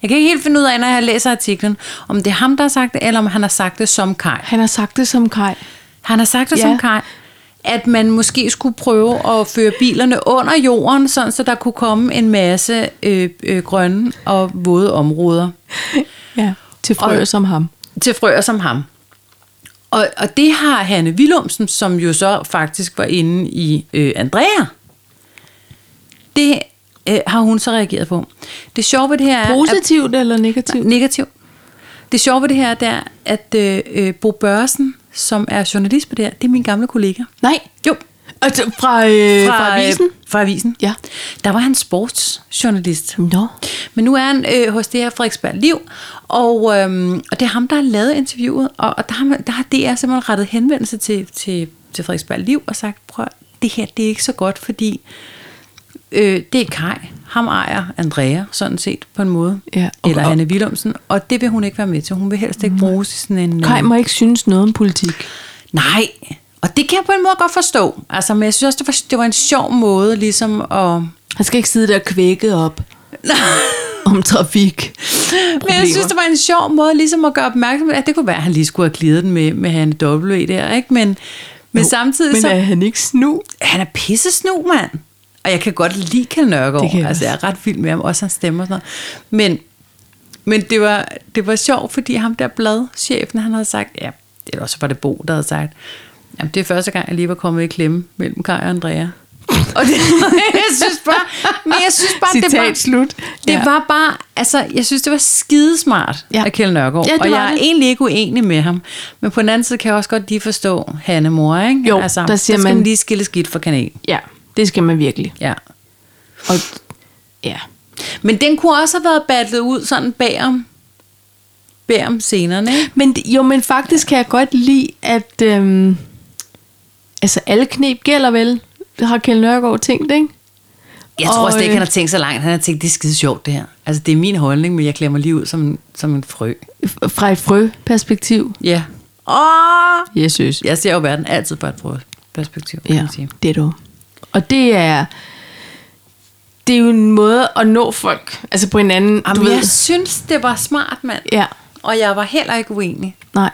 [SPEAKER 2] jeg kan ikke helt finde ud af, når jeg læser artiklen, om det er ham, der har sagt det, eller om han har sagt det som Kaj.
[SPEAKER 1] Han har sagt det som Kai.
[SPEAKER 2] Han har sagt det ja.
[SPEAKER 1] Ja.
[SPEAKER 2] som Kaj, at man måske skulle prøve at føre bilerne under jorden, sådan så der kunne komme en masse øh, øh, grønne og våde områder
[SPEAKER 1] Ja. Til frøer som ham.
[SPEAKER 2] til frøer som ham. Og, og det har Hanne Willumsen, som jo så faktisk var inde i øh, Andrea. Det øh, har hun så reageret på. Det sjove ved det her er... at-
[SPEAKER 1] Positivt eller negativt?
[SPEAKER 2] Negativ. Det sjove ved det her, det er, at øh, øh, Bo Børsen, som er journalist på det her, det er min gamle kollega.
[SPEAKER 1] Nej.
[SPEAKER 2] Jo,
[SPEAKER 1] Altså, fra, øh, fra, fra
[SPEAKER 2] øh,
[SPEAKER 1] avisen?
[SPEAKER 2] Fra avisen.
[SPEAKER 1] Ja.
[SPEAKER 2] Der var han sportsjournalist.
[SPEAKER 1] Nå.
[SPEAKER 2] Men nu er han øh, hos det her Frederiksberg Liv, og, øhm, og det er ham, der har lavet interviewet, og, og der, har, man- der har DR simpelthen rettet henvendelse til, til, til Frederiksberg Liv og sagt, prøv at- det her det er ikke så godt, fordi øh, det er Kai. Ham ejer Andrea, sådan set, på en måde.
[SPEAKER 1] Ja, og-
[SPEAKER 2] og, Eller
[SPEAKER 1] og- Mm.
[SPEAKER 2] Anne Willumsen, og det vil hun ikke være med til. Hun vil helst ikke bruges i sådan en... øh,
[SPEAKER 1] Kai må ikke synes noget om politik.
[SPEAKER 2] Nej, og det kan jeg på en måde godt forstå. Altså, men jeg synes også, det var, det var en sjov måde ligesom at...
[SPEAKER 1] Han skal ikke sidde der og kvække
[SPEAKER 2] [LAUGHS]
[SPEAKER 1] op om trafik.
[SPEAKER 2] Men jeg synes,
[SPEAKER 1] Problemer.
[SPEAKER 2] det var en sjov måde ligesom at gøre opmærksom på, at det kunne være, at han lige skulle have glidet den med, med Hanne W. der, ikke? Men, men
[SPEAKER 1] Jo,
[SPEAKER 2] samtidig
[SPEAKER 1] Men
[SPEAKER 2] så...
[SPEAKER 1] er han ikke snu?
[SPEAKER 2] Han er pissesnu, mand. Og jeg kan godt lide Kjell
[SPEAKER 1] Det
[SPEAKER 2] Nørgaard.
[SPEAKER 1] kan jeg
[SPEAKER 2] altså, jeg er ret vild med ham, også hans stemme og sådan noget. Men, men det, var, det var sjovt, fordi ham der bladchefen, han havde sagt, ja, det var også var det Bo, der havde sagt, jamen det er første gang, jeg lige var kommet i klemme mellem Kaj og Andrea. og det, [LAUGHS] jeg synes bare, men jeg synes bare, det var,
[SPEAKER 1] Citat slut.
[SPEAKER 2] det
[SPEAKER 1] Ja.
[SPEAKER 2] var bare, altså, jeg synes, det var skidesmart
[SPEAKER 1] Ja.
[SPEAKER 2] ja. af Kjell Nørgaard.
[SPEAKER 1] Ja, det
[SPEAKER 2] og
[SPEAKER 1] var
[SPEAKER 2] jeg er
[SPEAKER 1] det.
[SPEAKER 2] egentlig ikke uenig med ham. Men på den anden side kan jeg også godt lige forstå Hanne mor, ikke? Altså,
[SPEAKER 1] Jo, der siger
[SPEAKER 2] skal
[SPEAKER 1] man-
[SPEAKER 2] man lige skille skidt fra kanel.
[SPEAKER 1] Ja, det skal man virkelig.
[SPEAKER 2] Ja.
[SPEAKER 1] Og, ja.
[SPEAKER 2] Men den kunne også have været battlet ud sådan bagom. beder om scenerne. ikke?
[SPEAKER 1] Men d- jo, men faktisk kan jeg godt lide, at øhm, altså alle knep gælder vel, har Kjell Nørgaard tænkt, ikke?
[SPEAKER 2] Jeg tror
[SPEAKER 1] Og,
[SPEAKER 2] også, ikke,
[SPEAKER 1] øh,
[SPEAKER 2] han har tænkt så langt. Han har tænkt, det er skide sjovt det her. Altså, det er min holdning, men jeg klemmer lige ud som, en- som en frø.
[SPEAKER 1] F- Fra et frøperspektiv.
[SPEAKER 2] Ja. Åh!
[SPEAKER 1] Jesus.
[SPEAKER 2] Jeg ser jo verden altid fra et frøperspektiv, kan
[SPEAKER 1] Ja,
[SPEAKER 2] man sige.
[SPEAKER 1] det er du. Og det er, det er jo en måde at nå folk, altså på en anden, du
[SPEAKER 2] Jamen,
[SPEAKER 1] ved.
[SPEAKER 2] jeg synes, det var smart, mand.
[SPEAKER 1] Ja,
[SPEAKER 2] Og jeg var heller ikke uenig.
[SPEAKER 1] nej.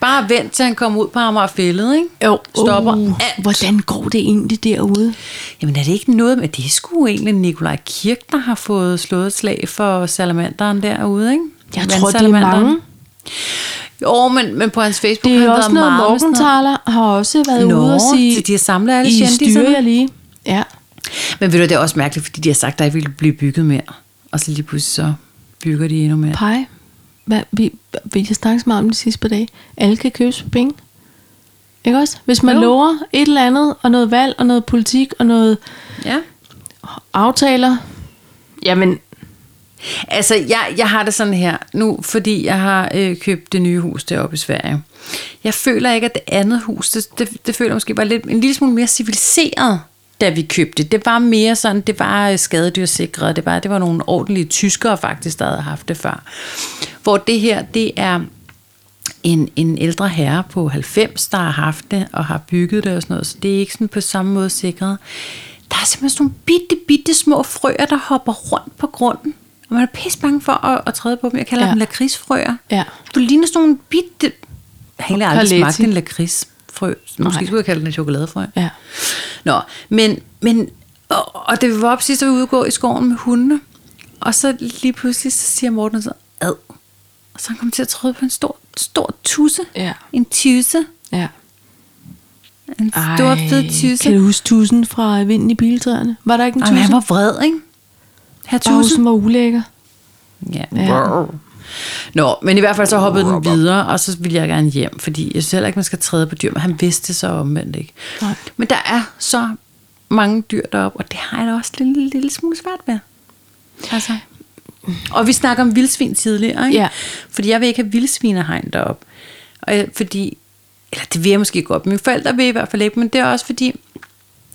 [SPEAKER 2] Bare vent til han kommer ud på Amagerfællet, ikke?
[SPEAKER 1] Jo,
[SPEAKER 2] Stopper
[SPEAKER 1] uh,
[SPEAKER 2] alt.
[SPEAKER 1] Hvordan går det egentlig derude?
[SPEAKER 2] Jamen er det ikke noget med, det er sgu egentlig Nikolaj Kirk, der har fået slået et slag for salamanderen derude, ikke?
[SPEAKER 1] Jeg tror, det er
[SPEAKER 2] Vandsalamanderen.
[SPEAKER 1] mange.
[SPEAKER 2] Jo, men, men på hans Facebook
[SPEAKER 1] Det
[SPEAKER 2] har
[SPEAKER 1] er
[SPEAKER 2] han
[SPEAKER 1] jo
[SPEAKER 2] været
[SPEAKER 1] også noget,
[SPEAKER 2] meget med sådan
[SPEAKER 1] Morgenthaler har også været
[SPEAKER 2] Nå,
[SPEAKER 1] ude og sige,
[SPEAKER 2] så de har samlet alle
[SPEAKER 1] I styrer
[SPEAKER 2] kendiserne."
[SPEAKER 1] jer lige. Ja.
[SPEAKER 2] Men ved du, det er også mærkeligt, fordi de har sagt, at der ikke ville blive bygget mere. Og så lige pludselig så bygger de endnu mere.
[SPEAKER 1] Pej, hvad, vi, vi har snakket så meget om de sidste par dage. Alle kan købes for penge. Ikke også? Hvis man
[SPEAKER 2] Jo.
[SPEAKER 1] jo. lover et eller andet, og noget valg, og noget politik, og noget
[SPEAKER 2] Ja.
[SPEAKER 1] aftaler. Jamen,
[SPEAKER 2] Altså, jeg, jeg har det sådan her nu, fordi jeg har øh, købt det nye hus deroppe i Sverige. Jeg føler ikke, at det andet hus, det, det, det føler jeg måske var lidt, en lille smule mere civiliseret, da vi købte det. Det var mere sådan, det var øh, skadedyrsikret, det var, det var nogle ordentlige tyskere faktisk, der havde haft det før. Hvor det her, det er en, en ældre herre på 90, der har haft det og har bygget det og sådan noget, så det er ikke sådan på samme måde sikret. Der er simpelthen sådan nogle bitte, bitte små frøer, der hopper rundt på grunden. Og man er pisse bange for at, at træde på dem. Jeg kalder ja.
[SPEAKER 1] Ja.
[SPEAKER 2] dem lakridsfrøer.
[SPEAKER 1] Ja.
[SPEAKER 2] Du ligner sådan nogle bitte... Jeg har egentlig aldrig
[SPEAKER 1] Paletti.
[SPEAKER 2] smagt en lakridsfrø. Måske
[SPEAKER 1] Nej.
[SPEAKER 2] skulle jeg kalde den en chokoladefrø.
[SPEAKER 1] ja.
[SPEAKER 2] Nå, men, men og, og det var op sidst, at vi var ude at gå i skoven med hundene. Og så lige pludselig, så siger Morten så, ad. Og så han kom til at træde på en stor, stor tusse.
[SPEAKER 1] Ja.
[SPEAKER 2] En tusse.
[SPEAKER 1] ja.
[SPEAKER 2] En stor, fed tusse.
[SPEAKER 1] Kan du huske tusen fra Vinden i Biltræerne? Var der ikke en
[SPEAKER 2] Og
[SPEAKER 1] tusen?
[SPEAKER 2] han var vred, ikke? Her tusse.
[SPEAKER 1] tusen var ulækker.
[SPEAKER 2] Ja.
[SPEAKER 1] Ja.
[SPEAKER 2] Nå, men i hvert fald så hoppede den videre, og så ville jeg gerne hjem, fordi jeg synes heller ikke, man skal træde på dyr, men han vidste det så omvendt ikke.
[SPEAKER 1] Nej.
[SPEAKER 2] Men der er så mange dyr deroppe, og det har jeg da også en lille, lille smule svært med. Altså. Og vi snakker om vildsvin tidligere, ikke?
[SPEAKER 1] Ja.
[SPEAKER 2] fordi jeg vil ikke have vildsvinehegn deroppe. Og jeg, fordi, eller det vil jeg måske godt, mine forældre vil i hvert fald ikke, men det er også fordi,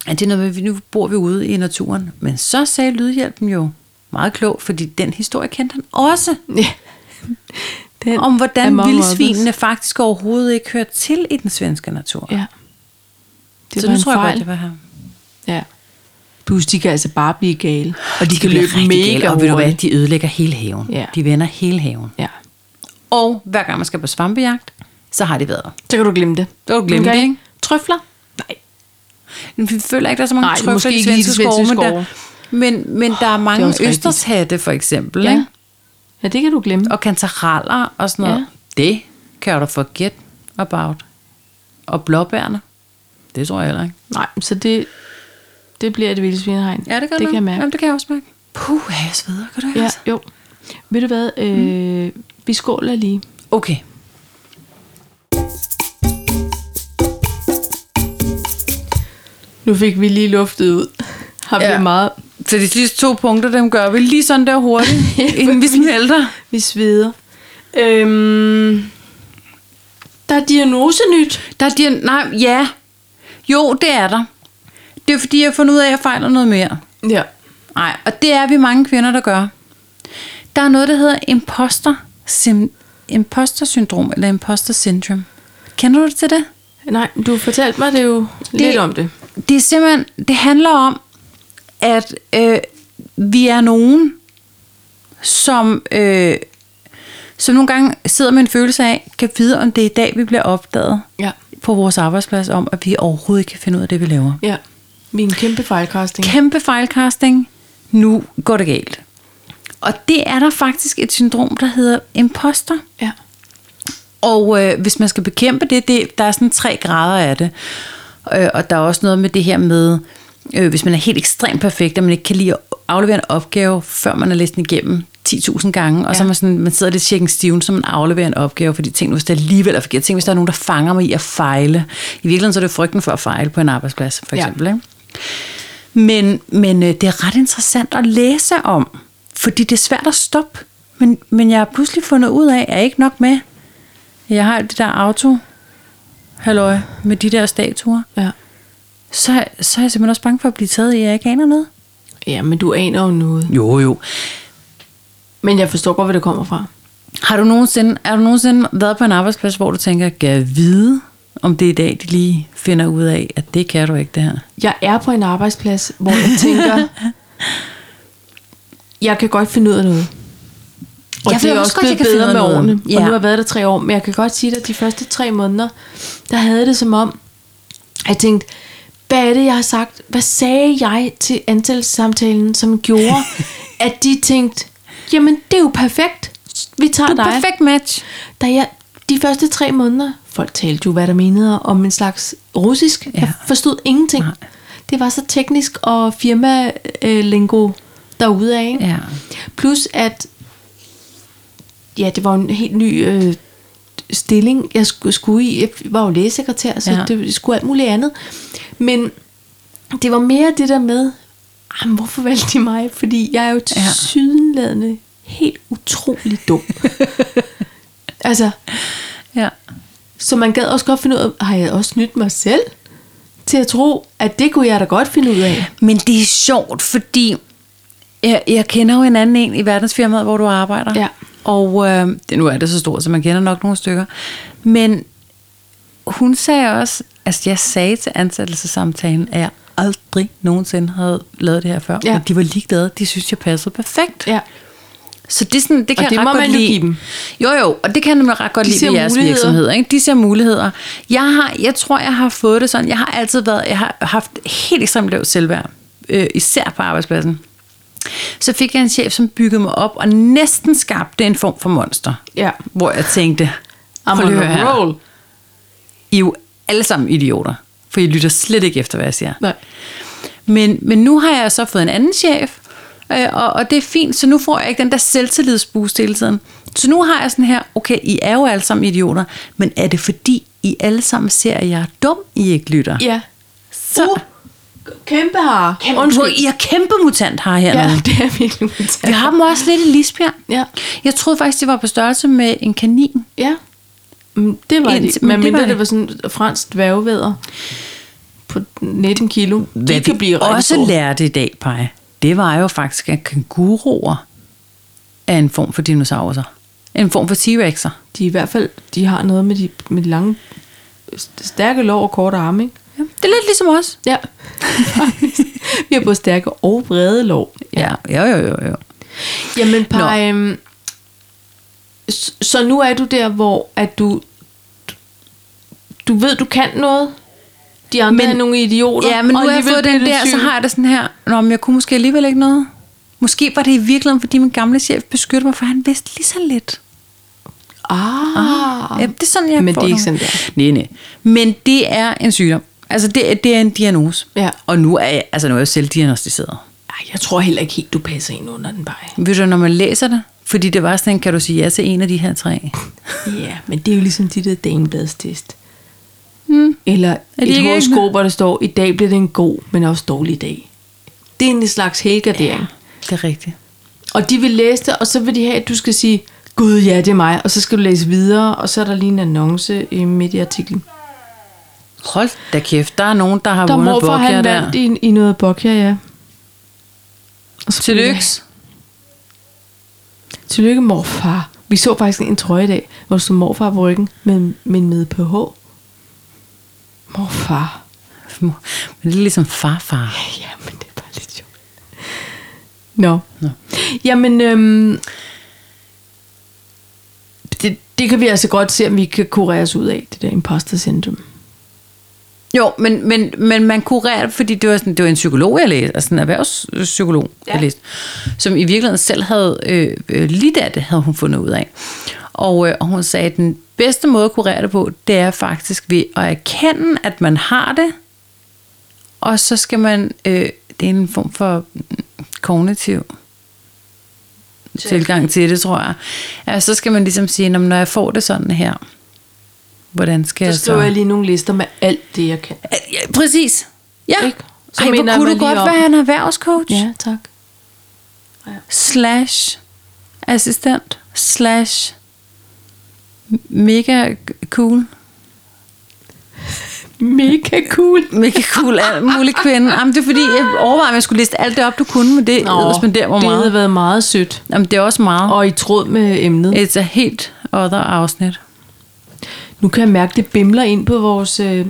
[SPEAKER 2] at det er noget med, at nu bor vi ude i naturen. Men så sagde Lydhjælpen jo meget klog, fordi den historie kendte han også
[SPEAKER 1] ja. Den
[SPEAKER 2] om hvordan
[SPEAKER 1] Among
[SPEAKER 2] vildsvinene
[SPEAKER 1] Others.
[SPEAKER 2] faktisk overhovedet ikke hører til i den svenske natur.
[SPEAKER 1] Ja. Det
[SPEAKER 2] så
[SPEAKER 1] var
[SPEAKER 2] nu
[SPEAKER 1] en
[SPEAKER 2] tror jeg
[SPEAKER 1] fejl.
[SPEAKER 2] godt, det var ham.
[SPEAKER 1] Ja. Plus, de kan altså bare blive gale. Og de,
[SPEAKER 2] Det
[SPEAKER 1] kan løbe mega
[SPEAKER 2] galt, og ved du hvad, de ødelægger hele haven.
[SPEAKER 1] Ja.
[SPEAKER 2] De vender hele haven.
[SPEAKER 1] Ja.
[SPEAKER 2] Og hver gang man skal på svampejagt, så har de været der.
[SPEAKER 1] Så kan du glemme det.
[SPEAKER 2] Så kan du glemme
[SPEAKER 1] kan
[SPEAKER 2] det,
[SPEAKER 1] ikke-
[SPEAKER 2] ikke?
[SPEAKER 1] Trøfler? Nej.
[SPEAKER 2] Men Vi føler ikke, der er så mange
[SPEAKER 1] Nej,
[SPEAKER 2] trøfler
[SPEAKER 1] måske
[SPEAKER 2] i de
[SPEAKER 1] ikke lige i de
[SPEAKER 2] svenske skove,
[SPEAKER 1] svenske
[SPEAKER 2] men, der, men, men der er mange
[SPEAKER 1] også
[SPEAKER 2] er
[SPEAKER 1] rigtigt.
[SPEAKER 2] østershatte for eksempel,
[SPEAKER 1] Ja.
[SPEAKER 2] ikke?
[SPEAKER 1] ja, det kan du glemme.
[SPEAKER 2] og kantareller og sådan noget.
[SPEAKER 1] Ja.
[SPEAKER 2] Det kan du forget about. Og blåbærne, det tror jeg heller ikke.
[SPEAKER 1] Nej, så det, det bliver et vildsvinehegn.
[SPEAKER 2] Ja, det gør
[SPEAKER 1] det kan jeg mærke.
[SPEAKER 2] Jamen, det kan jeg også mærke. Puh, jeg sveder, kan du høre?
[SPEAKER 1] Ja,
[SPEAKER 2] altså?
[SPEAKER 1] jo. Ved du hvad? Øh, Vi skåler lige.
[SPEAKER 2] Okay.
[SPEAKER 1] Nu fik vi lige luftet ud. Har vi
[SPEAKER 2] Ja.
[SPEAKER 1] ja. meget...
[SPEAKER 2] Så de sidste to punkter, dem gør vi lige sådan der [LAUGHS] hurtigt, inden vi smelter.
[SPEAKER 1] Vi sveder. Øhm, der er diagnosenyt.
[SPEAKER 2] Der er de, nej, ja. Jo, det er der. Det er fordi, jeg har fundet ud af, at jeg fejler noget mere.
[SPEAKER 1] Ja.
[SPEAKER 2] Nej, og det er vi mange kvinder, der gør. Der er noget, der hedder imposter, sim, imposter syndrom, eller imposter syndrome. Kender du til det?
[SPEAKER 1] Nej, du fortalte mig det jo det, lidt om det.
[SPEAKER 2] Det er simpelthen, det handler om, at øh, vi er nogen, som, øh, som nogle gange sidder med en følelse af, kan vide, om det er i dag, vi bliver opdaget
[SPEAKER 1] Ja.
[SPEAKER 2] på vores arbejdsplads, om at vi overhovedet ikke kan finde ud af det, vi laver.
[SPEAKER 1] Ja. Vi er en kæmpe fejlkasting.
[SPEAKER 2] Kæmpe fejlcasting. Nu går det galt. Og det er der faktisk et syndrom, der hedder imposter.
[SPEAKER 1] Ja.
[SPEAKER 2] Og øh, hvis man skal bekæmpe det, det, der er sådan tre grader af det. Øh, og der er også noget med det her med, øh, hvis man er helt ekstremt perfekt, og man ikke kan lige aflevere en opgave, før man har læst den igennem 10.000 gange, og ja. så er man, sådan, man sidder lidt cirken stiven, så man afleverer en opgave, fordi tænk nu, hvis det alligevel er forkert, tænk hvis der er nogen, der fanger mig i at fejle. I virkeligheden så er det frygten for at fejle på en arbejdsplads, for
[SPEAKER 1] Ja.
[SPEAKER 2] eksempel. Ikke? Men, men øh, det er ret interessant at læse om, fordi det er svært at stoppe Men, men jeg har pludselig fundet ud af, at jeg er ikke nok med. Jeg har det der auto, halløj, med de der statuer.
[SPEAKER 1] Ja.
[SPEAKER 2] Så, så er jeg simpelthen også bange for at blive taget i, at jeg ikke aner noget.
[SPEAKER 1] ja, men du aner jo noget.
[SPEAKER 2] Jo, jo.
[SPEAKER 1] Men jeg forstår godt, hvor det kommer fra.
[SPEAKER 2] Har du nogensinde, er du nogensinde været på en arbejdsplads, hvor du tænker, kan vide, om det er i dag, de lige finder ud af, at det kan du ikke, det her?
[SPEAKER 1] Jeg er på en arbejdsplads, hvor jeg tænker, jeg kan godt finde ud af noget. Og
[SPEAKER 2] Jeg
[SPEAKER 1] det
[SPEAKER 2] føler
[SPEAKER 1] er
[SPEAKER 2] også
[SPEAKER 1] også
[SPEAKER 2] godt,
[SPEAKER 1] blevet
[SPEAKER 2] jeg kan finde
[SPEAKER 1] bedre med
[SPEAKER 2] ud af noget.
[SPEAKER 1] årene. Ja. Og
[SPEAKER 2] Ja.
[SPEAKER 1] nu har jeg været der tre år, men jeg kan godt sige dig, at de første tre måneder, der havde jeg det som om, at jeg tænkte, hvad er det, jeg har sagt? Hvad sagde jeg til ansættelsessamtalen, som
[SPEAKER 2] [LAUGHS]
[SPEAKER 1] gjorde, at de tænkte, jamen det er jo perfekt. Vi tager
[SPEAKER 2] Du er
[SPEAKER 1] dig.
[SPEAKER 2] perfekt match.
[SPEAKER 1] Da jeg, de første tre måneder, folk talte jo, hvad der menede om en slags russisk. Ja. Jeg forstod ingenting. Nej.
[SPEAKER 2] Nej.
[SPEAKER 1] Det var så teknisk og firma-lingo derude af. Ikke?
[SPEAKER 2] Ja.
[SPEAKER 1] Plus at, ja, det var en helt ny øh, stilling, jeg skulle, skulle i. Jeg var jo lægesekretær, så ja.
[SPEAKER 2] Ja.
[SPEAKER 1] det skulle alt muligt andet. Men det var mere det der med, jamen, hvorfor valgte de mig? Fordi jeg er jo til
[SPEAKER 2] Ja.
[SPEAKER 1] sydenladende helt utrolig dum. [LAUGHS] altså,
[SPEAKER 2] Ja.
[SPEAKER 1] så man gad også godt finde ud af, har jeg også snydt mig selv til at tro, at det kunne jeg da godt finde ud af.
[SPEAKER 2] Men det er sjovt, fordi jeg, jeg kender jo en anden en i verdensfirmaet, hvor du arbejder.
[SPEAKER 1] Ja.
[SPEAKER 2] Og øh, det, nu er det så stort, så man kender nok nogle stykker. Men hun sagde også, altså jeg sagde til ansættelsessamtalen, at jeg aldrig nogensinde havde lavet det her før.
[SPEAKER 1] Ja.
[SPEAKER 2] Og de var ligeglade. De synes, jeg passede perfekt.
[SPEAKER 1] Ja.
[SPEAKER 2] Så det, er sådan, det kan
[SPEAKER 1] Og det
[SPEAKER 2] jeg ret
[SPEAKER 1] må
[SPEAKER 2] godt
[SPEAKER 1] man jo
[SPEAKER 2] lide.
[SPEAKER 1] give dem.
[SPEAKER 2] Jo, jo, og det kan man ret godt
[SPEAKER 1] De
[SPEAKER 2] lide
[SPEAKER 1] ser
[SPEAKER 2] ved jeres
[SPEAKER 1] muligheder.
[SPEAKER 2] virksomheder. Ikke? De ser muligheder. Jeg, har, jeg tror, jeg har fået det sådan. Jeg har altid været, jeg har haft helt ekstremt lavt selvværd. Øh, især på arbejdspladsen. Så fik jeg en chef, som byggede mig op og næsten skabte en form for monster.
[SPEAKER 1] Ja.
[SPEAKER 2] Hvor jeg tænkte,
[SPEAKER 1] I'm
[SPEAKER 2] prøv lige
[SPEAKER 1] on
[SPEAKER 2] at
[SPEAKER 1] a
[SPEAKER 2] høre her.
[SPEAKER 1] roll.
[SPEAKER 2] I er jo alle sammen idioter, for I lytter slet ikke efter, hvad jeg siger.
[SPEAKER 1] Nej.
[SPEAKER 2] Men, men nu har jeg så fået en anden chef, øh, og, og det er fint, så nu får jeg ikke den der selvtillidsboost hele tiden. Så nu har jeg sådan her, okay, I er jo alle sammen idioter, men er det fordi, I alle sammen ser, at jeg er dum, I ikke lytter?
[SPEAKER 1] Ja.
[SPEAKER 2] Så,
[SPEAKER 1] Uh, kæmpe har. Kæmpe.
[SPEAKER 2] undskyld, I er kæmpe mutant har her
[SPEAKER 1] Ja,
[SPEAKER 2] ja.
[SPEAKER 1] [LAUGHS] det er virkelig mutant.
[SPEAKER 2] Vi har dem også lidt i Lisbjerg.
[SPEAKER 1] Ja.
[SPEAKER 2] Jeg troede faktisk, det var på størrelse med en kanin.
[SPEAKER 1] Ja. Mm, Det var
[SPEAKER 2] Ind-
[SPEAKER 1] det.
[SPEAKER 2] men
[SPEAKER 1] Men
[SPEAKER 2] det
[SPEAKER 1] mindre
[SPEAKER 2] var
[SPEAKER 1] det
[SPEAKER 2] det.
[SPEAKER 1] var sådan fransk dværgevæder på 19 kilo.
[SPEAKER 2] Hvad
[SPEAKER 1] de kan blive rigtig
[SPEAKER 2] også
[SPEAKER 1] store.
[SPEAKER 2] lærte i dag, Paj, det var jo faktisk, at kænguruer er en form for dinosaurer. En form for T-Rex'er.
[SPEAKER 1] De i hvert fald, de har noget med de, med de lange, st- stærke lår og korte arme, ikke?
[SPEAKER 2] Ja. Det er lidt ligesom os.
[SPEAKER 1] Ja. [LAUGHS] Vi har både stærke og brede lår.
[SPEAKER 2] Ja, jo, jo, jo. jo.
[SPEAKER 1] Jamen, par, øhm, s- så nu er du der, hvor at du, du ved, du kan noget. De andre men,
[SPEAKER 2] Men-
[SPEAKER 1] er nogle idioter.
[SPEAKER 2] Ja, men nu
[SPEAKER 1] og
[SPEAKER 2] har jeg
[SPEAKER 1] alligevel
[SPEAKER 2] fået
[SPEAKER 1] bliver
[SPEAKER 2] den
[SPEAKER 1] du
[SPEAKER 2] der, så
[SPEAKER 1] syg.
[SPEAKER 2] har jeg det sådan her, Nå, men jeg kunne måske alligevel ikke noget. Måske var det i virkeligheden, fordi min gamle chef beskyttede mig, for han vidste lige så lidt.
[SPEAKER 1] Ah.
[SPEAKER 2] Ja, det er sådan, jeg
[SPEAKER 1] Men
[SPEAKER 2] får
[SPEAKER 1] det er ikke
[SPEAKER 2] nogle-
[SPEAKER 1] sådan,
[SPEAKER 2] Nej, nej. Men det er en sygdom. Altså, det, det er en diagnose.
[SPEAKER 1] Ja.
[SPEAKER 2] Og nu er jeg, altså, nu er jeg jo selvdiagnostiseret.
[SPEAKER 1] Ej, jeg tror heller ikke helt, du passer ind under den bare.
[SPEAKER 2] Ved du, når man læser det, fordi det var sådan, en, kan du sige ja til en af de her tre?
[SPEAKER 1] Ja, men det er jo ligesom de der danebladstest. Mm. Eller
[SPEAKER 2] de
[SPEAKER 1] et
[SPEAKER 2] ikke
[SPEAKER 1] horoskop, hvor der står, i dag bliver det en god, men også dårlig dag. Det er en slags helgardering. Ja.
[SPEAKER 2] Det er rigtigt.
[SPEAKER 1] Og de vil læse det, og så vil de have, at du skal sige, Gud, ja, det er mig. Og så skal du læse videre, og så er der lige en annonce i midt i artiklen.
[SPEAKER 2] Hold da kæft, der er nogen, der har
[SPEAKER 1] Der er
[SPEAKER 2] vundet
[SPEAKER 1] morfar,
[SPEAKER 2] Bokja
[SPEAKER 1] han
[SPEAKER 2] der.
[SPEAKER 1] vandt i, i noget bokja, ja. Og så
[SPEAKER 2] Tillykke.
[SPEAKER 1] Tillykke, morfar. Vi så faktisk en trøje i dag, hvor der stod morfar på ryggen, men, men med PH. Morfar.
[SPEAKER 2] Men det er ligesom farfar.
[SPEAKER 1] Ja, men det er bare lidt sjovt. Nå. Nå. Jamen, øhm, det, det kan vi altså godt se, om vi kan kurere os ud af, det der imposter syndrome.
[SPEAKER 2] Jo, men, men, men man kurerer det, fordi det var, sådan, det var en psykolog, jeg læste, altså en erhvervspsykolog, ja.
[SPEAKER 1] Ja.
[SPEAKER 2] jeg læste, som i virkeligheden selv havde øh, øh, lidt af det, havde hun fundet ud af. Og, øh, og hun sagde, at den bedste måde at kurere det på, det er faktisk ved at erkende, at man har det, og så skal man, øh, det er en form for mm, kognitiv tilgang til det, tror jeg. Ja, så skal man ligesom sige, "Nå, men når jeg får det sådan her, hvordan skal jeg
[SPEAKER 1] Så skriver jeg lige nogle lister med alt det, jeg kan.
[SPEAKER 2] Øh, Ja, præcis. Ja.
[SPEAKER 1] Ikke? Så
[SPEAKER 2] Så Ej,
[SPEAKER 1] minder
[SPEAKER 2] hvor kunne
[SPEAKER 1] man
[SPEAKER 2] du
[SPEAKER 1] lige
[SPEAKER 2] godt
[SPEAKER 1] om-
[SPEAKER 2] være en erhvervscoach?
[SPEAKER 1] Ja, tak.
[SPEAKER 2] Slash assistent slash mega cool.
[SPEAKER 1] Mega cool.
[SPEAKER 2] Mega cool alt mulig kvinde. Jamen, det er fordi, jeg overvejede, om jeg skulle liste alt det op, du kunne med det. Nå, men det, var
[SPEAKER 1] det havde
[SPEAKER 2] meget.
[SPEAKER 1] været meget sødt.
[SPEAKER 2] Jamen, det er også meget.
[SPEAKER 1] Og i tråd med emnet.
[SPEAKER 2] Et helt other afsnit.
[SPEAKER 1] Nu kan jeg mærke, det bimler ind på vores... Øh,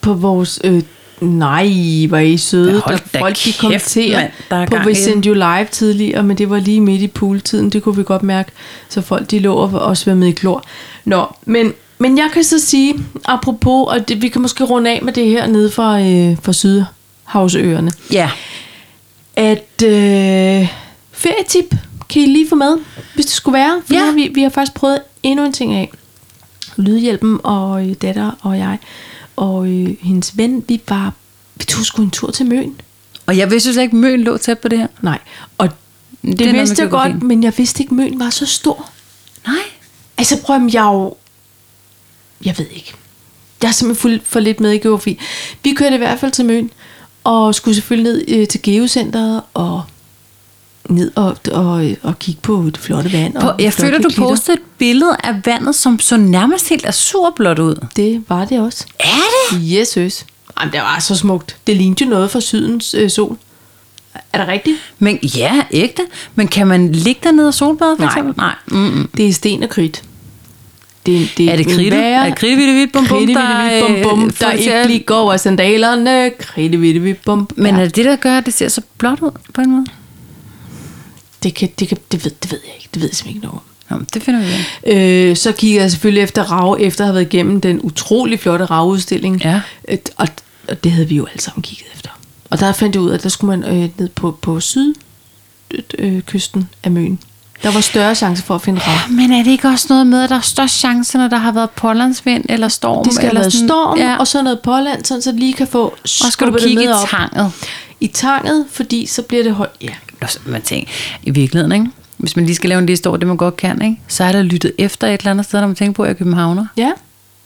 [SPEAKER 1] på vores... Øh, nej, hvor er I søde.
[SPEAKER 2] Ja, hold da
[SPEAKER 1] der folk, de
[SPEAKER 2] kæft,
[SPEAKER 1] kommenterer
[SPEAKER 2] mand, der er
[SPEAKER 1] på
[SPEAKER 2] gang i
[SPEAKER 1] We
[SPEAKER 2] den.
[SPEAKER 1] Send You Live tidligere, men det var lige midt i pooltiden, det kunne vi godt mærke. Så folk, de lå og, og svømmede i klor. Nå, men, men jeg kan så sige, apropos, og det, vi kan måske runde af med det her nede fra, øh, fra Sydhavsøerne,
[SPEAKER 2] Ja.
[SPEAKER 1] at øh, ferietip kan I lige få med, hvis det skulle være. For
[SPEAKER 2] Ja.
[SPEAKER 1] ja. har vi, vi har faktisk prøvet endnu en ting af. Lydhjælpen og øh, datter og jeg og øh, hendes ven, vi var, vi tog sgu en tur til Møn.
[SPEAKER 2] Og jeg vidste jo slet ikke, Møn lå tæt på det her.
[SPEAKER 1] Nej, og det,
[SPEAKER 2] er
[SPEAKER 1] det
[SPEAKER 2] noget
[SPEAKER 1] vidste
[SPEAKER 2] med
[SPEAKER 1] jeg godt,
[SPEAKER 2] geografien.
[SPEAKER 1] men jeg vidste ikke, Møn var så stor.
[SPEAKER 2] Nej.
[SPEAKER 1] Altså prøv at høre, jeg er jo... Jeg ved ikke. Jeg er simpelthen fuld for lidt med i geografi. Vi kørte i hvert fald til Møn, og skulle selvfølgelig ned øh, til Geocenteret, og ned og, og, og kigge på det flotte vand.
[SPEAKER 2] På,
[SPEAKER 1] og de
[SPEAKER 2] jeg
[SPEAKER 1] flotte
[SPEAKER 2] føler, du
[SPEAKER 1] klitter.
[SPEAKER 2] postede et billede af vandet, som så nærmest helt azurblåt ud.
[SPEAKER 1] Det var det også.
[SPEAKER 2] Er det?
[SPEAKER 1] Yes, yes. Jamen, det var så smukt. Det lignede jo noget fra sydens øh, sol. Er det rigtigt?
[SPEAKER 2] Men ja, ægte. Men kan man ligge dernede og solbade, for
[SPEAKER 1] Nej.
[SPEAKER 2] eksempel? Nej. Mm-mm.
[SPEAKER 1] Det er sten og kridt. Det, er- det
[SPEAKER 2] Er det
[SPEAKER 1] en
[SPEAKER 2] kridt?
[SPEAKER 1] værre-
[SPEAKER 2] Er det kridt, vidt, vidt, bum, bum,
[SPEAKER 1] Kridt,
[SPEAKER 2] der,
[SPEAKER 1] vidt, vidt, bum, bum,
[SPEAKER 2] øh,
[SPEAKER 1] der
[SPEAKER 2] får det til
[SPEAKER 1] ikke
[SPEAKER 2] at-
[SPEAKER 1] lige går af sandalerne. Kridt, vidt, vidt, bum.
[SPEAKER 2] Men er det det, der gør, at det ser så blåt ud på en måde?
[SPEAKER 1] Det, kan, det, kan, det, ved, det ved jeg ikke. Det ved jeg simpelthen ikke noget om.
[SPEAKER 2] Nå, men det finder vi ud af.
[SPEAKER 1] Øh, så kigger jeg selvfølgelig efter Rav, efter at have været igennem den utrolig flotte Rav-udstilling.
[SPEAKER 2] Ja.
[SPEAKER 1] Øh, og, og det havde vi jo alle sammen kigget efter. Og der fandt jeg ud af, at der skulle man øh, ned på, på sydkysten af Møn. Der var større chance for at finde Rav.
[SPEAKER 2] Men er det ikke også noget med, at der er størst chance, når der har været pålandsvind eller storm?
[SPEAKER 1] Det skal have
[SPEAKER 2] eller
[SPEAKER 1] været storm,
[SPEAKER 2] Ja.
[SPEAKER 1] ja. og så noget påland, sådan så det lige kan få
[SPEAKER 2] og skal du
[SPEAKER 1] skubbet det
[SPEAKER 2] kigge i
[SPEAKER 1] ned op.
[SPEAKER 2] tanget?
[SPEAKER 1] i tanget, fordi så bliver det højt. Ja.
[SPEAKER 2] Nå, så Man tænker, i virkeligheden, ikke? hvis man lige skal lave en liste over det, man godt kan, ikke? så er der lyttet efter et eller andet sted, når man tænker på, at jeg er københavner.
[SPEAKER 1] ja,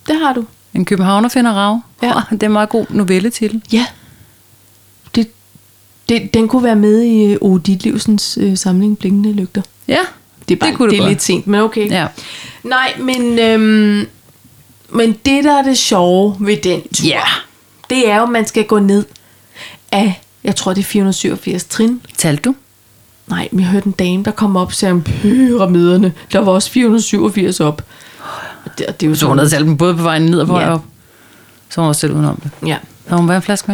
[SPEAKER 1] det har du.
[SPEAKER 2] En københavner finder rav.
[SPEAKER 1] Ja.
[SPEAKER 2] Ja. Det er en meget god novelletitel.
[SPEAKER 1] Ja. Det, det, den kunne være med i øh, Ove Ditlevsens øh, samling Blinkende Lygter.
[SPEAKER 2] Ja,
[SPEAKER 1] Det er, bare, det
[SPEAKER 2] kunne
[SPEAKER 1] det er
[SPEAKER 2] godt.
[SPEAKER 1] lidt sent, men okay.
[SPEAKER 2] Ja.
[SPEAKER 1] Nej, men, øhm, men det, der er det sjove ved den tur,
[SPEAKER 2] Ja.
[SPEAKER 1] det er jo, at man skal gå ned af, jeg tror, det er 487 trin.
[SPEAKER 2] Talte du?
[SPEAKER 1] Nej, men jeg hørte en dame, der kom op og sagde, pyramiderne, der var også 487 op. Og det, og det er jo
[SPEAKER 2] Så hun havde talt dem både på vejen ned og på vej
[SPEAKER 1] Ja.
[SPEAKER 2] op. Så hun var selv udenom det.
[SPEAKER 1] Ja.
[SPEAKER 2] Har hun været en flaske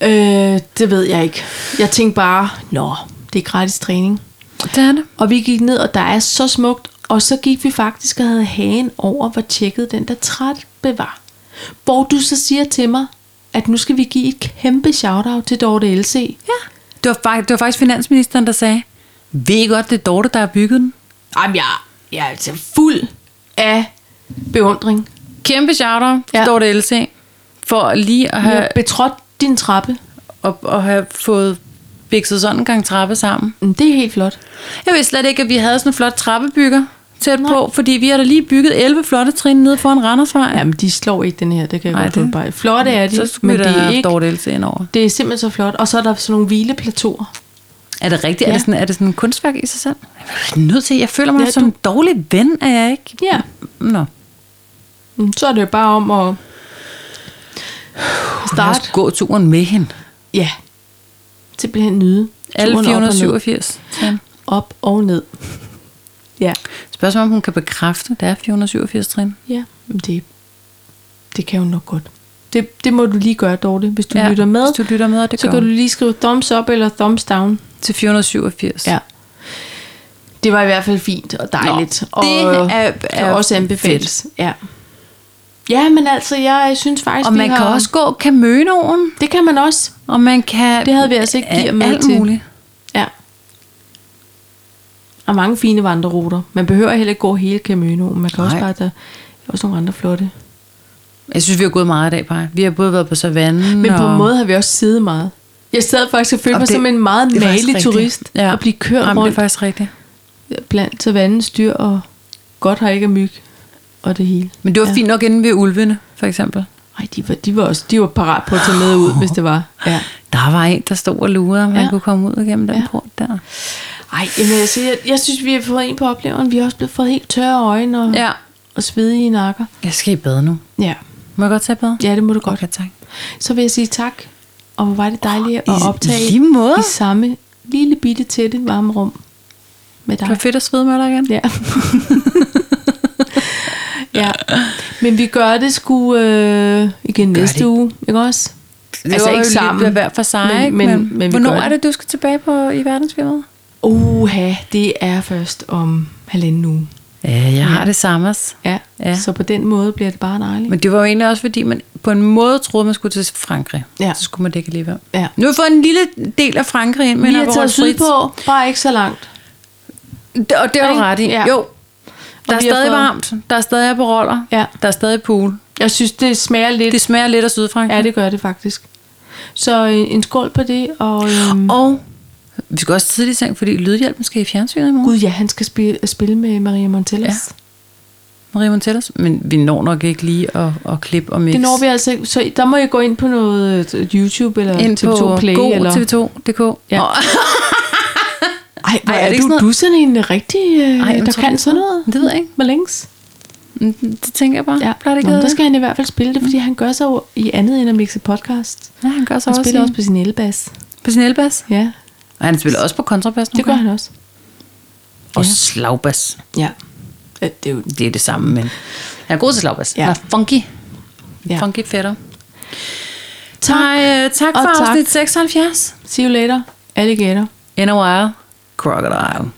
[SPEAKER 2] med?
[SPEAKER 1] Øh, det ved jeg ikke. Jeg tænkte bare, nå, det er gratis træning.
[SPEAKER 2] Det er det.
[SPEAKER 1] Og vi gik ned, og der er så smukt. Og så gik vi faktisk og havde hagen over, hvor tjekket den der trætbe var. Hvor du så siger til mig, at nu skal vi give et kæmpe shout-out til Dorte LC.
[SPEAKER 2] Ja. Det var, fakt- det var faktisk finansministeren, der sagde, ved I godt, det er Dorte, der har bygget den?
[SPEAKER 1] Jamen, jeg, jeg er altså fuld af beundring.
[SPEAKER 2] Kæmpe shout-out, ja.
[SPEAKER 1] Ja.
[SPEAKER 2] Dorte LC, for lige at
[SPEAKER 1] Jeg
[SPEAKER 2] have,
[SPEAKER 1] har betrådt din trappe.
[SPEAKER 2] at, at have fået bikset sådan en gang trappe sammen.
[SPEAKER 1] Men Det er helt flot.
[SPEAKER 2] Jeg vidste slet ikke, at vi havde sådan en flot trappebygger tæt på, fordi vi har da lige bygget 11 flotte trin nede foran Randersvej.
[SPEAKER 1] Jamen, de slår ikke den her, det kan jeg
[SPEAKER 2] Nej,
[SPEAKER 1] Ej, godt
[SPEAKER 2] det-
[SPEAKER 1] det... bare. Flotte er de,
[SPEAKER 2] så
[SPEAKER 1] men
[SPEAKER 2] skulle vi
[SPEAKER 1] det
[SPEAKER 2] da
[SPEAKER 1] er,
[SPEAKER 2] have haft
[SPEAKER 1] ikke,
[SPEAKER 2] Dorte LC ind over.
[SPEAKER 1] det er simpelthen så flot. Og så er der sådan nogle hvileplateauer.
[SPEAKER 2] Er det rigtigt? Ja. Er,
[SPEAKER 1] Ja.
[SPEAKER 2] det sådan, er det sådan en kunstværk i sig selv? Jeg er nødt til. Jeg føler mig ja,
[SPEAKER 1] Ja,
[SPEAKER 2] som
[SPEAKER 1] du-
[SPEAKER 2] en dårlig ven, er jeg ikke?
[SPEAKER 1] Ja.
[SPEAKER 2] Nå.
[SPEAKER 1] Mm, Så er det jo bare om at
[SPEAKER 2] Lad os
[SPEAKER 1] starte.
[SPEAKER 2] gå turen med hende.
[SPEAKER 1] Ja. Simpelthen nyde.
[SPEAKER 2] Alle
[SPEAKER 1] turen op og ned.
[SPEAKER 2] 487. trin.
[SPEAKER 1] Op og
[SPEAKER 2] [LAUGHS]
[SPEAKER 1] ned. Ja.
[SPEAKER 2] Spørgsmålet er, om hun kan bekræfte, at der er 487 trin.
[SPEAKER 1] Ja. Men Det, det kan jo nok godt. Det, det må du lige gøre, Dorte. Hvis du
[SPEAKER 2] Ja,
[SPEAKER 1] ja, lytter med,
[SPEAKER 2] hvis du lytter med, og det
[SPEAKER 1] så
[SPEAKER 2] gør
[SPEAKER 1] kan
[SPEAKER 2] hun.
[SPEAKER 1] du lige skrive thumbs up eller thumbs down.
[SPEAKER 2] Til 487.
[SPEAKER 1] Ja. Det var i hvert fald fint og dejligt.
[SPEAKER 2] Nå,
[SPEAKER 1] og
[SPEAKER 2] det er-
[SPEAKER 1] kan
[SPEAKER 2] er
[SPEAKER 1] også anbefales. Ja. ja, men altså, jeg synes faktisk,
[SPEAKER 2] Og
[SPEAKER 1] vi
[SPEAKER 2] man kan
[SPEAKER 1] har,
[SPEAKER 2] også gå Kamønoen,
[SPEAKER 1] Det kan man også.
[SPEAKER 2] og man kan...
[SPEAKER 1] Det havde vi altså ikke
[SPEAKER 2] Ja,
[SPEAKER 1] gear med
[SPEAKER 2] alt
[SPEAKER 1] til.
[SPEAKER 2] muligt.
[SPEAKER 1] Ja. Og mange fine vandreruter. Man behøver heller ikke gå hele Caminoen. Man kan
[SPEAKER 2] Nej.
[SPEAKER 1] også bare, der er også nogle andre flotte.
[SPEAKER 2] Jeg synes, vi har gået meget i dag, Paj. Vi har både været på savannen
[SPEAKER 1] Men Nå. på
[SPEAKER 2] og...
[SPEAKER 1] en måde har vi også siddet meget. Jeg sad faktisk og følte
[SPEAKER 2] Jamen,
[SPEAKER 1] mig
[SPEAKER 2] det-
[SPEAKER 1] som en meget
[SPEAKER 2] det er faktisk
[SPEAKER 1] malig
[SPEAKER 2] rigtigt.
[SPEAKER 1] turist.
[SPEAKER 2] Ja.
[SPEAKER 1] Og blive kørt
[SPEAKER 2] Jamen,
[SPEAKER 1] Jamen,
[SPEAKER 2] det er
[SPEAKER 1] rundt
[SPEAKER 2] faktisk rigtigt.
[SPEAKER 1] blandt savannens dyr. Og godt har ikke af myg. Og det hele.
[SPEAKER 2] Men det var ja. fint nok inde ved ulvene, for eksempel.
[SPEAKER 1] Ej, de var, de var, også, de var parat på at tage med ud, hvis det var. Ja.
[SPEAKER 2] Der var en, der stod og lurede, om ja. han
[SPEAKER 1] Ja.
[SPEAKER 2] kunne komme ud igennem den ja.
[SPEAKER 1] Ja.
[SPEAKER 2] port der.
[SPEAKER 1] Ej, jamen, jeg, siger, jeg, jeg synes, vi har fået en på opleveren. Vi har også blevet fået helt tørre øjne og, ja.
[SPEAKER 2] Ja.
[SPEAKER 1] og svedige nakker.
[SPEAKER 2] Jeg skal i bad nu.
[SPEAKER 1] Ja.
[SPEAKER 2] Må jeg godt tage bad?
[SPEAKER 1] ja, det må du godt.
[SPEAKER 2] Okay, tak.
[SPEAKER 1] Så vil jeg sige tak, og hvor var det dejligt oh, at
[SPEAKER 2] i
[SPEAKER 1] optage
[SPEAKER 2] lige måde.
[SPEAKER 1] i samme lille bitte tætte varme rum med dig.
[SPEAKER 2] Det var fedt at svede med dig igen.
[SPEAKER 1] Ja. [LAUGHS] ja. Men vi gør det sgu øh, igen gør næste
[SPEAKER 2] det.
[SPEAKER 1] det. uge, ikke også?
[SPEAKER 2] Det altså ikke sammen. Det hver for sig,
[SPEAKER 1] Men-
[SPEAKER 2] ikke?
[SPEAKER 1] men- men vi
[SPEAKER 2] hvornår
[SPEAKER 1] gør det.
[SPEAKER 2] er det, du skal tilbage på i verdensfirmaet?
[SPEAKER 1] Uha, det er først om halvanden uge.
[SPEAKER 2] Ja, jeg har det samme.
[SPEAKER 1] Ja.
[SPEAKER 2] Ja.
[SPEAKER 1] ja. Så på den måde bliver det bare dejligt.
[SPEAKER 2] Men det var jo egentlig også, fordi man på en måde troede, man skulle til Frankrig.
[SPEAKER 1] Ja.
[SPEAKER 2] Så skulle man det ikke alligevel.
[SPEAKER 1] Ja.
[SPEAKER 2] Nu har vi fået en lille del af Frankrig ind, men
[SPEAKER 1] vi har taget sydpå, bare ikke så langt.
[SPEAKER 2] Og det er du
[SPEAKER 1] Ikke?
[SPEAKER 2] ret i.
[SPEAKER 1] Ja.
[SPEAKER 2] Jo. Der er
[SPEAKER 1] vi har
[SPEAKER 2] stadig
[SPEAKER 1] fået-
[SPEAKER 2] varmt. Der er stadig Aperoller.
[SPEAKER 1] Ja.
[SPEAKER 2] Der er stadig pool.
[SPEAKER 1] Jeg synes, det smager lidt.
[SPEAKER 2] Det smager lidt af Sydfrankrig.
[SPEAKER 1] Ja, det gør det faktisk. Så øh, en skål på det, og... Øhm,
[SPEAKER 2] Og vi skal også tidligt i seng, fordi lydhjælpen skal i fjernsynet i morgen.
[SPEAKER 1] Gud ja, han skal spille, spille med Maria Montelles.
[SPEAKER 2] Maria Montellus. Men vi når nok ikke lige at, at klippe og mixe.
[SPEAKER 1] Det når vi altså ikke. Så der må jeg gå ind på noget øh, YouTube eller
[SPEAKER 2] ind på
[SPEAKER 1] TV2 Play.
[SPEAKER 2] god
[SPEAKER 1] eller...
[SPEAKER 2] tv2.dk.
[SPEAKER 1] Ja.
[SPEAKER 2] Nå,
[SPEAKER 1] Ej, hvor
[SPEAKER 2] Ej,
[SPEAKER 1] er, er du, du er sådan en rigtig, øh,
[SPEAKER 2] Ej, men
[SPEAKER 1] der
[SPEAKER 2] tror
[SPEAKER 1] kan
[SPEAKER 2] du-
[SPEAKER 1] sådan noget.
[SPEAKER 2] Det ved jeg ikke.
[SPEAKER 1] Med links.
[SPEAKER 2] Mm, Det tænker jeg bare.
[SPEAKER 1] Ja,
[SPEAKER 2] Plejer det ikke
[SPEAKER 1] Nå,
[SPEAKER 2] at-
[SPEAKER 1] der skal han i hvert fald spille det, fordi han gør sig jo i andet end at mixe podcast.
[SPEAKER 2] Ja, han gør så
[SPEAKER 1] Han
[SPEAKER 2] også,
[SPEAKER 1] spiller også
[SPEAKER 2] på,
[SPEAKER 1] på sin elbas.
[SPEAKER 2] på sin elbas.
[SPEAKER 1] Ja,
[SPEAKER 2] Og han spiller også på kontrabas
[SPEAKER 1] det gør han også.
[SPEAKER 2] Og
[SPEAKER 1] Ja.
[SPEAKER 2] slagbas.
[SPEAKER 1] Ja. Øh, Det er jo,
[SPEAKER 2] Det er det samme, men han er god til slagbas.
[SPEAKER 1] Ja.
[SPEAKER 2] Han er funky.
[SPEAKER 1] ja.
[SPEAKER 2] Funky fætter.
[SPEAKER 1] Tak.
[SPEAKER 2] Ej, øh, tak
[SPEAKER 1] Og
[SPEAKER 2] for
[SPEAKER 1] tak.
[SPEAKER 2] afsnit 76.
[SPEAKER 1] See you later, alligator.
[SPEAKER 2] In a while. Crocodile.